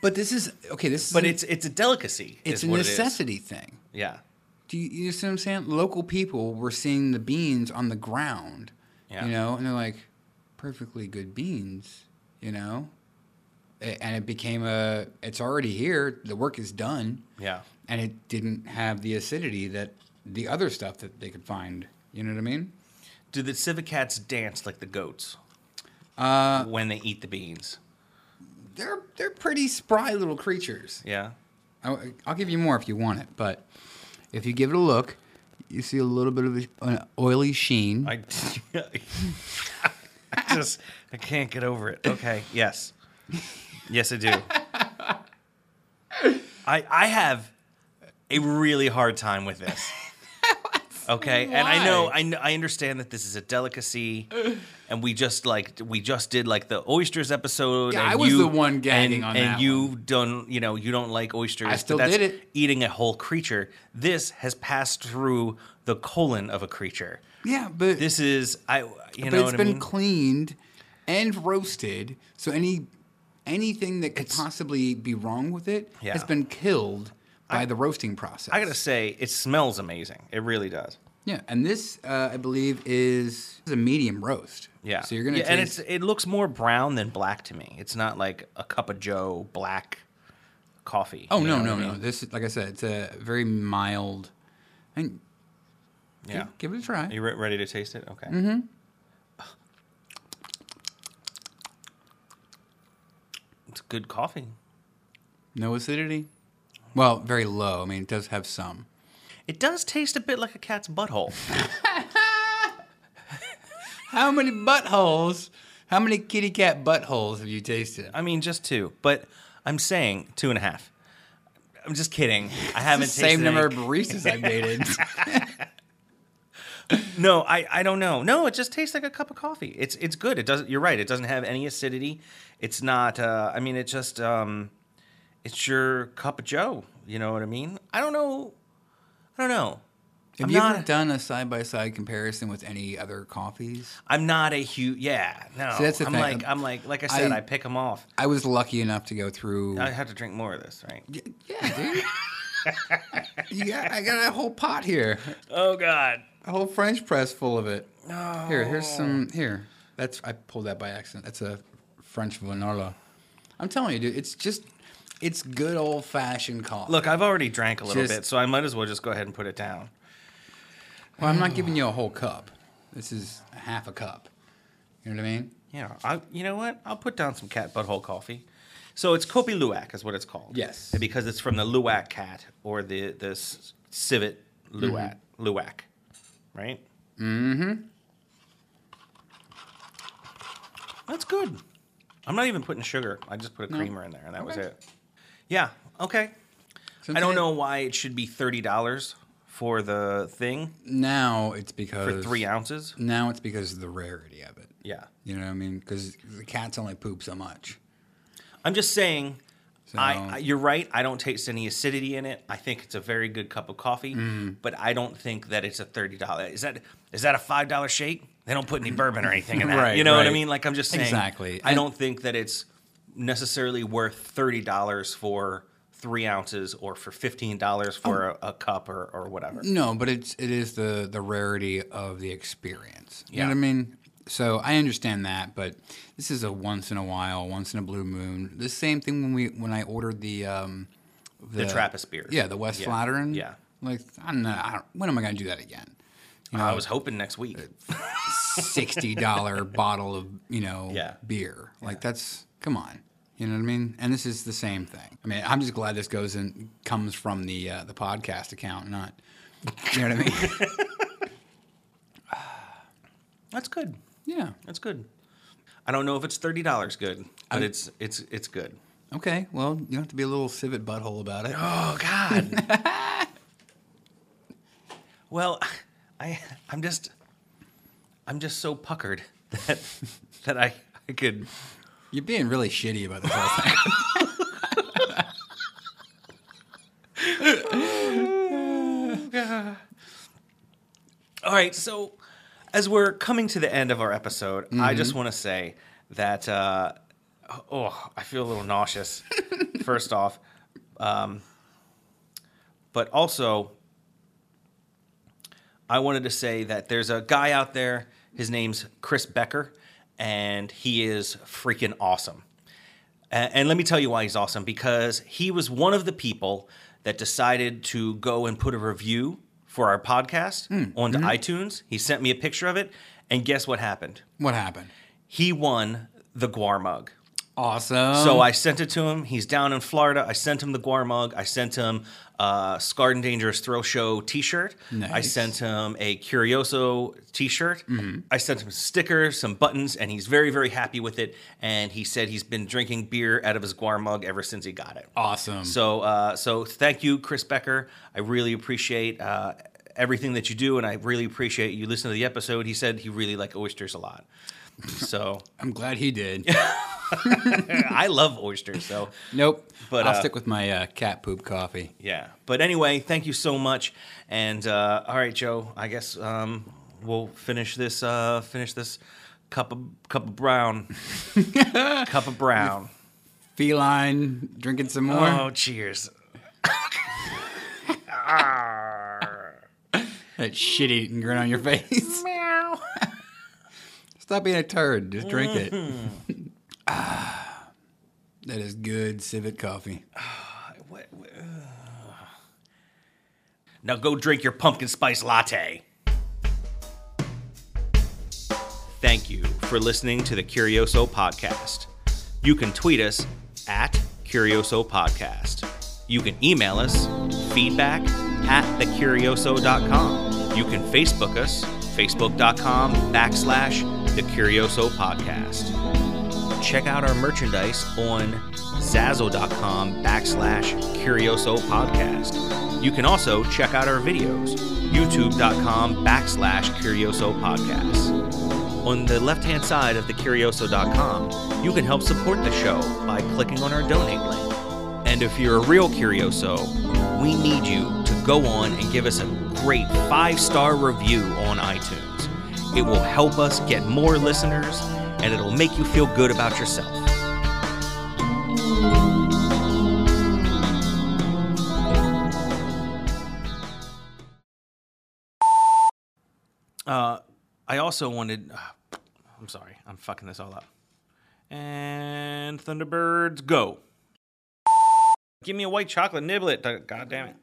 S2: But this is okay. This is
S3: but
S2: a-
S3: it's it's a delicacy.
S2: it's
S3: is
S2: a
S3: what it is.
S2: necessity thing.
S3: Yeah,
S2: Do you, you see what I'm saying? Local people were seeing the beans on the ground,
S3: Yeah.
S2: you know, and they're like, perfectly good beans, you know? A- And it became a, it's already here, the work is done.
S3: yeah,
S2: And it didn't have the acidity that the other stuff that they could find, you know what I mean?
S3: Do the civet cats dance like the goats
S2: Uh,
S3: when they eat the beans?
S2: They're, they're pretty spry little creatures.
S3: Yeah,
S2: I, I'll give you more if you want it, but if you give it a look, you see a little bit of a, an oily sheen.
S3: I,
S2: Mm-hmm.
S3: I just I can't get over it. Okay, yes, yes, I do. I I have a really hard time with this. Okay, and I know
S2: Why?
S3: I kn- I understand that this is a delicacy, and we just like we just did like the oysters episode.
S2: Yeah,
S3: and
S2: I was
S3: you-
S2: the one gagging
S3: and-
S2: on
S3: and
S2: that
S3: you don't you know you don't like oysters.
S2: I
S3: but
S2: still
S3: that's
S2: did it.
S3: Eating a whole creature. This has passed through the colon of a creature
S2: yeah, but
S3: this is I you know
S2: but it's
S3: what
S2: been
S3: I mean?
S2: cleaned and roasted, so any anything that could possibly be wrong with it
S3: Yeah.
S2: has been killed by the roasting process.
S3: I gotta say, it smells amazing. It really does.
S2: yeah, and this uh, I believe is, is a medium roast.
S3: Yeah.
S2: so you're gonna
S3: Yeah,
S2: taste,
S3: and it's it looks more brown than black to me. It's not like a cup of Joe black coffee.
S2: oh
S3: you
S2: no
S3: know
S2: no
S3: what I
S2: no
S3: mean?
S2: this is like I said it's a very mild and
S3: Yeah.
S2: give it a try.
S3: You re- ready to taste it? Okay.
S2: Mm-hmm.
S3: It's good coffee.
S2: No acidity. Well, very low. I mean, it does have some.
S3: It does taste a bit like a cat's butthole.
S2: How many buttholes? How many kitty cat buttholes have you tasted?
S3: I mean, just two, but I'm saying two and a half. I'm just kidding. I haven't tasted
S2: Same number
S3: any-
S2: of baristas I've dated.
S3: No, I, I don't know. No, it just tastes like a cup of coffee. It's it's good. It doesn't. You're right. It doesn't have any acidity. It's not. Uh, I mean, it just. Um, it's your cup of Joe. You know what I mean? I don't know. I don't know.
S2: Have
S3: I'm
S2: you ever
S3: not-
S2: done a side by side comparison with any other coffees?
S3: I'm not a huge. Yeah. No.
S2: See, that's the
S3: I'm
S2: thing.
S3: like I'm like like I said.
S2: I-
S3: I, pick them off.
S2: I was lucky enough to go through.
S3: I have to drink more of this, right?
S2: yeah, dude. you got, I got a whole pot here,
S3: Oh God.
S2: a whole French press full of it. Here, here's
S3: Oh.
S2: some. Here, that's I pulled that by accident. That's a French vanilla. I'm telling you, dude, it's just, it's good old fashioned coffee.
S3: Look, I've already drank a little
S2: Just-
S3: bit, so I might as well just go ahead and put it down.
S2: well, I'm not giving you a whole cup. This is half a cup. You know what I mean?
S3: Yeah, I, you know what? I'll put down some cat butthole coffee. So it's Kopi Luwak is what it's called.
S2: Yes.
S3: And because it's from the Luwak cat or the the s- civet Luwak Luwak, right? Mm-hmm. That's good. I'm not even putting sugar. I just put a creamer in there, and that was
S2: Okay.
S3: it. Yeah. Okay. I
S2: Since
S3: don't
S2: it-
S3: know why it should be thirty dollars for the thing
S2: Now it's because
S3: for three ounces.
S2: Now it's because of the rarity of it.
S3: Yeah.
S2: You know what I mean? Because the cats only poop so much.
S3: I'm just saying. I,
S2: So-
S3: I you're right. I don't taste any acidity in it. I think it's a very
S2: Mm.
S3: good cup of coffee, but I don't think that it's a thirty dollar. Is that is that a five dollar shake? They don't put any bourbon or anything in that.
S2: Right,
S3: you know what I
S2: right.
S3: mean? Like I'm just saying.
S2: Exactly.
S3: I
S2: And-
S3: don't think that it's necessarily worth thirty dollars for three ounces or for fifteen dollars
S2: Um,
S3: for a, a cup or, or whatever.
S2: No, but it's it is the the rarity of the experience. You
S3: Yeah.
S2: know what I mean? So I understand that, but this is a once in a while, once in a blue moon. The same thing when we when I ordered the um
S3: The Trappist beer.
S2: Yeah, the West
S3: Yeah.
S2: Flatiron.
S3: Yeah.
S2: Like I'm not I don't, when am I going to do that again?
S3: I was hoping next week.
S2: Sixty dollar bottle of you know
S3: Yeah.
S2: beer. Like that's come on, you know what I mean. And this is the same thing. I mean, I'm just glad this goes and comes from the uh, the podcast account, not you know what I mean.
S3: That's good.
S2: yeah.
S3: That's good. I don't know if it's thirty dollars good, but it's it's it's good.
S2: Okay. Well, you don't have to be a little civet butthole about it.
S3: Oh God. well, I I'm just I'm just so puckered that that I I could
S2: You're being really shitty about this whole thing.
S3: All right, so as we're coming to the end of our episode, I just want to say that uh, oh, I feel a little nauseous. first off, um, but also, I wanted to say that there's a guy out there. His name's Chris Becker, and he is freaking awesome. A- And let me tell you why he's awesome because he was one of the people that decided to go and put a review for our podcast onto iTunes. He sent me a picture of it, and guess what happened?
S2: What happened?
S3: He won the Guar mug.
S2: Awesome.
S3: So uh, I sent it to him. He's down in Florida. I sent him the Guar mug. I sent him uh, Scarred and Dangerous Thrill Show T-shirt. I
S2: Nice. Mm-hmm.
S3: sent him a Curioso T-shirt. I sent him stickers, some buttons, and he's very, very happy with it. And he said he's been drinking beer out of his Guar mug ever since he got it.
S2: awesome.
S3: So, uh, so thank you, Chris Becker. I really appreciate uh, everything that you do, and I really appreciate you listening to the episode. He said he really liked oysters a lot. So
S2: I'm glad he did.
S3: I love oysters. So
S2: nope.
S3: But,
S2: But I'll
S3: uh,
S2: stick with my uh, cat poop coffee.
S3: Yeah. But anyway, thank you so much. And uh, all right, Joe, I guess um, we'll finish this uh, finish this cup of cup of brown. cup of brown.
S2: Feline drinking some more.
S3: Oh, cheers.
S2: That shit eating grin on your face.
S3: Meow.
S2: Stop being a turd. Just drink it. ah, that is good civet coffee.
S3: What- what- ugh. Now go drink your pumpkin spice latte. Thank you for listening to the Curioso Podcast. You can tweet us at Curioso Podcast. You can email us feedback at thecurioso.com. You can Facebook us, facebook.com backslash the Curioso Podcast check out our merchandise on zazzle.com backslash curioso podcast you can also check out our videos youtube.com backslash curioso podcast on the left hand side of the curioso.com you can help support the show by clicking on our donate link and if you're a real curioso we need you to go on and give us a great five star review on itunes it will help us get more listeners and it'll make you feel good about yourself Uh, I also wanted. Uh, I'm sorry, I'm fucking this all up. And Thunderbirds, go! Give me a white chocolate niblet. God damn it!